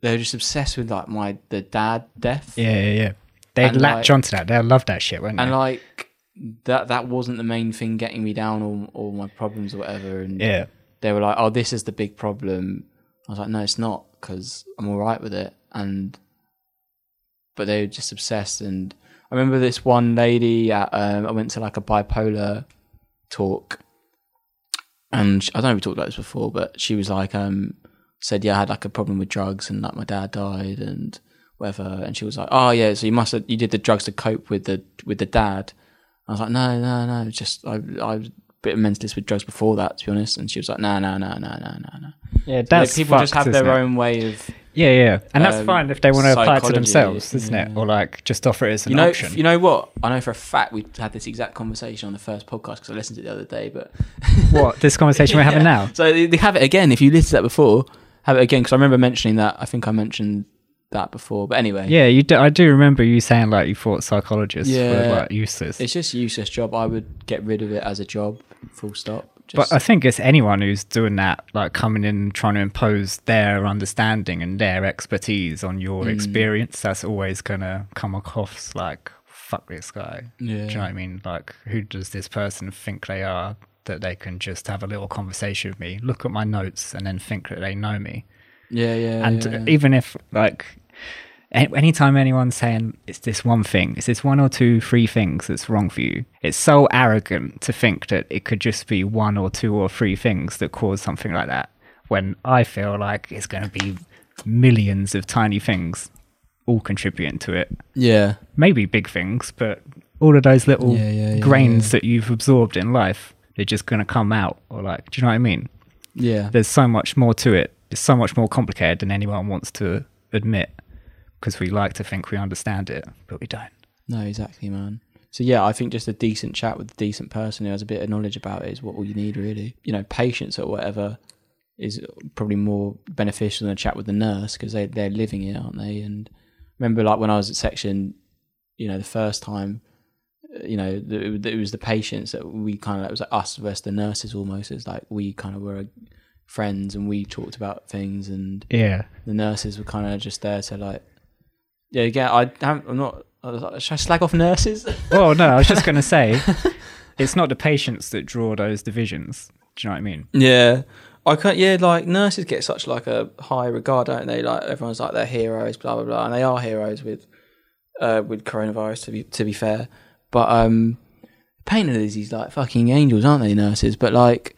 they were just obsessed with like my the dad death. Yeah, yeah, yeah. They'd And, latch like- onto that. They'll love that shit, won't they? and like that that wasn't the main thing getting me down or all my problems or whatever and yeah, they were like oh this is the big problem i was like no it's not because i'm all right with it and but they were just obsessed and i remember this one lady at um, i went to like a bipolar talk and sh i don't know if we talked about this before but she was like um said yeah i had like a problem with drugs and like my dad died and whatever and she was like oh yeah so you must have you did the drugs to cope with the with the dad i was like no no no it's just i i was a bit of mentalist with drugs before that to be honest and she was like no no no no no no no yeah. That's Like, people just fucked, have isn't their it? own way of Yeah, yeah, and that's um, fine if they want to apply it to psychology, Mm. themselves, isn't it? Or like just offer it as an you know option. you know what i know for a fact we had this exact conversation on the first podcast because i listened to it the other day but what this conversation we're having now? So they they have it again. If you listened to that before, have it again because I remember mentioning that. I think I mentioned that before. But anyway, Yeah, you do, I do remember you saying like you thought psychologists were Yeah. like useless. it's just a useless job. I would get rid of it as a job. Full stop. Just, but uh, I think it's anyone who's doing that, like coming in and trying to impose their understanding and their expertise on your Mm. experience, that's always gonna come across like fuck this guy. Do you know Yeah. what I mean? Like who does this person think they are that they can just have a little conversation with me, look at my notes and then think that they know me. yeah, yeah, and uh, yeah. even if like a- anytime anyone's saying it's this one thing it's this one or two three things that's wrong for you it's so arrogant to think that it could just be one or two or three things that cause something like that when i feel like it's going to be millions of tiny things all contributing to it yeah, maybe big things but all of those little Yeah, yeah, yeah, grains that you've absorbed in life they're just going to come out or like do you know what i mean yeah. there's so much more to it. It's so much more complicated than anyone wants to admit because we like to think we understand it, but we don't. No, exactly, man. So yeah, I think just a decent chat with a decent person who has a bit of knowledge about it is what all you need, really. You know, patience or whatever is probably more beneficial than a chat with the nurse because they they're living it, aren't they? And remember, like when I was at section, you know, the first time, uh, you know, the, it was the patients that we kind of it was like us versus the nurses almost. It's like we kind of were friends and we talked about things and Yeah. the nurses were kind of just there to like, yeah, again, I haven't, I'm not. I was like, Should I slag off nurses? Well, no, I was just going to say it's not the patients that draw those divisions. Do you know what I mean? Yeah, I can't. Yeah, like nurses get such like a high regard, don't they? Like everyone's like they're heroes, blah blah blah, and they are heroes with uh, with coronavirus. To be to be fair, but um, painted as these like fucking angels, aren't they? Nurses, but like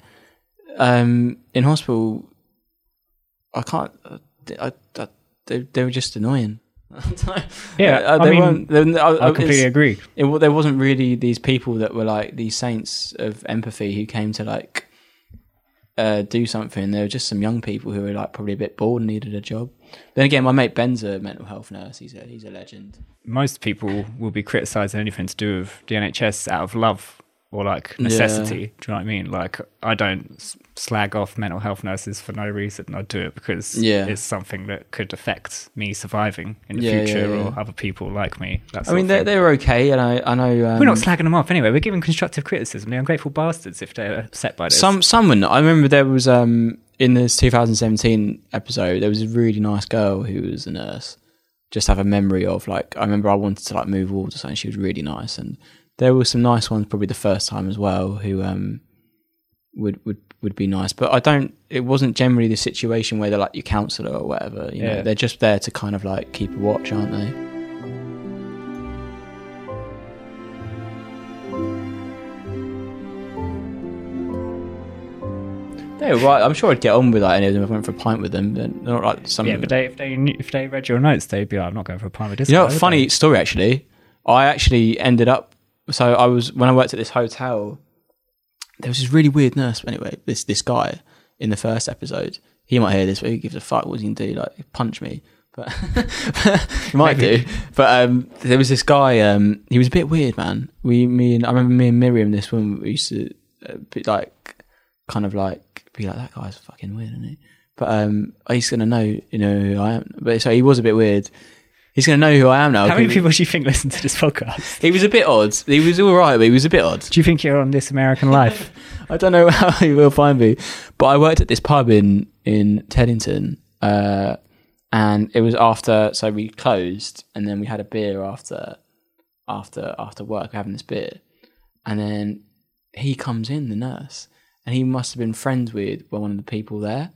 um, in hospital, I can't. I, I, they they were just annoying. Yeah, Uh, I they mean, weren't- they- I, I- I completely it's- agree. it, wa- there wasn't really these people that were like these saints of empathy who came to like uh, do something. There were just some young people who were like probably a bit bored and needed a job. Then again, my mate Ben's a mental health nurse. He's a he's a legend. Most people will be criticizing anything to do with the NHS out of love or like necessity. Do you know what I mean? Like, I don't s- slag off mental health nurses for no reason. I do it because Yeah. it's something that could affect me surviving in the Yeah, yeah, future yeah. or other people like me. That I sort mean, of they're thing. they're okay, and I I know um, We're not slagging them off anyway. We're giving constructive criticism. They're ungrateful bastards if they're upset by this. Some some were not. I remember there was um in this 2017 episode there was a really nice girl who was a nurse. Just have a memory of like I remember I wanted to like move walls or something. She was really nice, and there were some nice ones probably the first time as well who um would would would be nice. But I don't. It wasn't generally the situation where they're like your counsellor or whatever. You know, Yeah. they're just there to kind of like keep a watch, aren't they? They were right. I'm sure I'd get on with like any of them if I went for a pint with them. They're not like some. yeah, but they, if they knew- if they read your notes, they'd be like, "I'm not going for a pint with this." um, You know, guy, would funny I?" story actually. I actually ended up. So I was when I worked at this hotel. There was this really weird nurse. Anyway, this this guy in the first episode. He might hear this, but who gives a fuck? What's he gonna do? Like punch me? But he might do. But um, there was this guy. Um, he was a bit weird, man. We, me, and I remember me and Miriam, this woman, we used to uh, be like, kind of like, be like, that guy's fucking weird, isn't he? But um, he's gonna know, you know, who I am. But so he was a bit weird. He's gonna know who I am now. How many 'cause people do you think listen to this podcast? He was a bit odd. He was all right, but he was a bit odd. Do you think you're on This American Life? I don't know how he will find me, but I worked at this pub in in Teddington, uh, and it was after. So we closed, and then we had a beer after after after work, having this beer, and then he comes in, the nurse, and he must have been friends with one of the people there.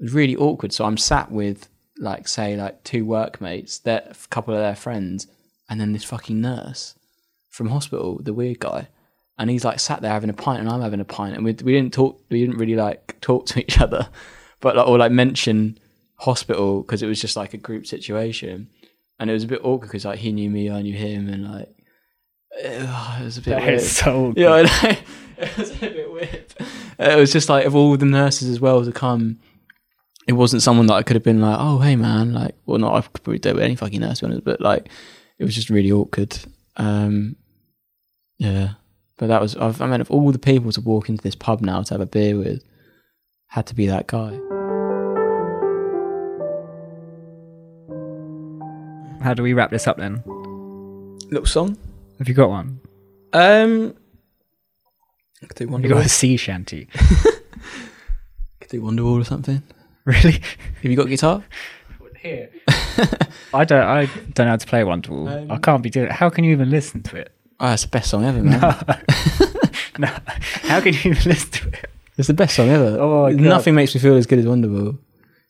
It was really awkward. So I'm sat with like say like two workmates, their, a couple of their friends, and then this fucking nurse from hospital, the weird guy, and he's like sat there having a pint, and I'm having a pint, and we we didn't talk, we didn't really like talk to each other, but like or like mention hospital because it was just like a group situation, and it was a bit awkward because like he knew me, I knew him, and like it was a bit. that weird. is so. Yeah, I know. it was a bit weird. It was just like of all the nurses as well to come, it wasn't someone that I could have been like, oh hey man, like well not I could probably do it with any fucking nurse to be honest, but like it was just really awkward. Um, yeah, but that was I've, I mean of all the people to walk into this pub now to have a beer with, had to be that guy. How do we wrap this up then? Little song. Have you got one? Um, I could do You Wonderwall. got a sea shanty, could do Wonderwall or something. really? Have you got a guitar? I don't. I don't know how to play Wonderwall. Um, I can't be doing. it. How can you even listen to it? Oh, it's the best song ever, man. No. How can you even listen to it? It's the best song ever. Oh my God. Nothing makes me feel as good as Wonderwall.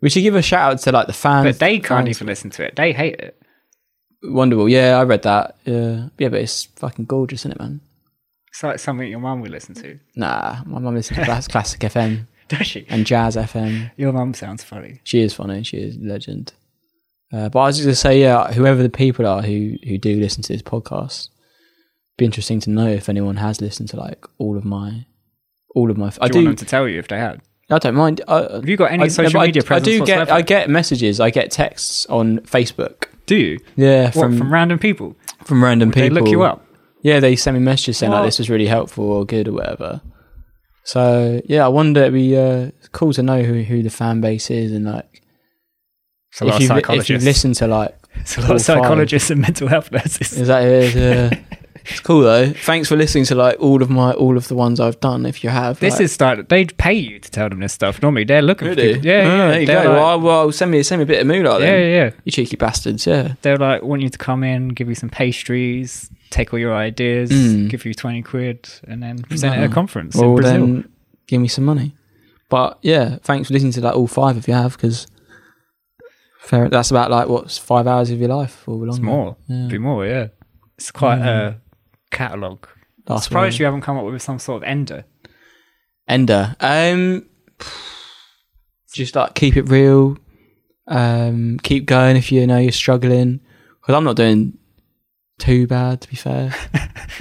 We should give a shout out to like the fans. But they can't fans- even listen to it. They hate it. Wonderwall. Yeah, I read that. Yeah, yeah, but it's fucking gorgeous, isn't it, man? It's like something your mum would listen to. Nah, my mum listens to class- classic FM Does she? and jazz FM. Your mum sounds funny. She is funny. She is a legend. Uh, but I was just gonna say, yeah, whoever the people are who who do listen to this podcast, be interesting to know if anyone has listened to like all of my, all of my. I Do you do. want them to tell you if they had? I don't mind. I, Have you got any I, social I, media I presence do get. whatsoever? I get messages. I get texts on Facebook. Do you? Yeah, What, from from from, random people. random They people. look you up. Yeah, they send me messages saying What? like this was really helpful or good or whatever. So yeah, I wonder it'd be uh, cool to know who, who the fan base is and like It's a lot if you of if you psychologists. listen to like it's a lot of all five. psychologists and mental health nurses. is that it is, uh, it's cool though. Thanks for listening to like all of my all of the ones I've done. If you have This like- is like they pay you to tell them this stuff. Normally they're looking for really people. Yeah, Oh, yeah. there you go. they're like- well, well, send me send me a bit of yeah, moolah then. yeah, yeah. You cheeky bastards. Yeah. They're like want you to come in, give you some pastries, take all your ideas, give you twenty quid, and then present it at a Oh. conference in Hmm. Well Brazil. then, give me some money. But yeah, thanks for listening to like all five if you have, because fair, that's about like what's five hours of your life or longer. It's more. Be more, yeah. It's quite Hmm. a catalogue. I'm Last surprised one. you haven't come up with some sort of ender. Ender. Um, just like keep it real. Um, keep going if you know you're struggling. because I'm not doing too bad to be fair.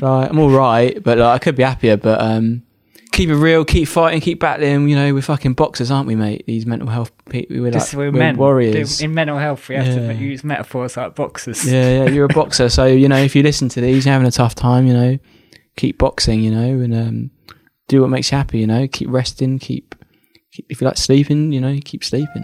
right, I'm all right, but like, I could be happier. But um, keep it real, keep fighting, keep battling. You know, we're fucking boxers, aren't we, mate? These mental health people, we're Just like we're we're men. warriors. In mental health, we have Yeah. to use metaphors like boxers. yeah, yeah, you're a boxer, so you know if you listen to these, you're having a tough time. You know, keep boxing. You know, and um, do what makes you happy. You know, keep resting, keep. keep- If you like sleeping, you know, keep sleeping.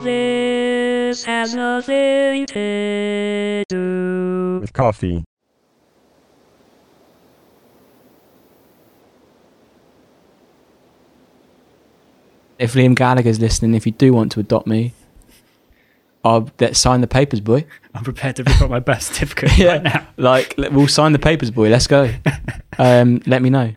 This has nothing to do with coffee. If Liam Gallagher's listening, if you do want to adopt me, I'll let's sign the papers, boy. I'm prepared to rip out my birth certificate Yeah. right now. Like, let- we'll sign the papers, boy. Let's go. um, let me know.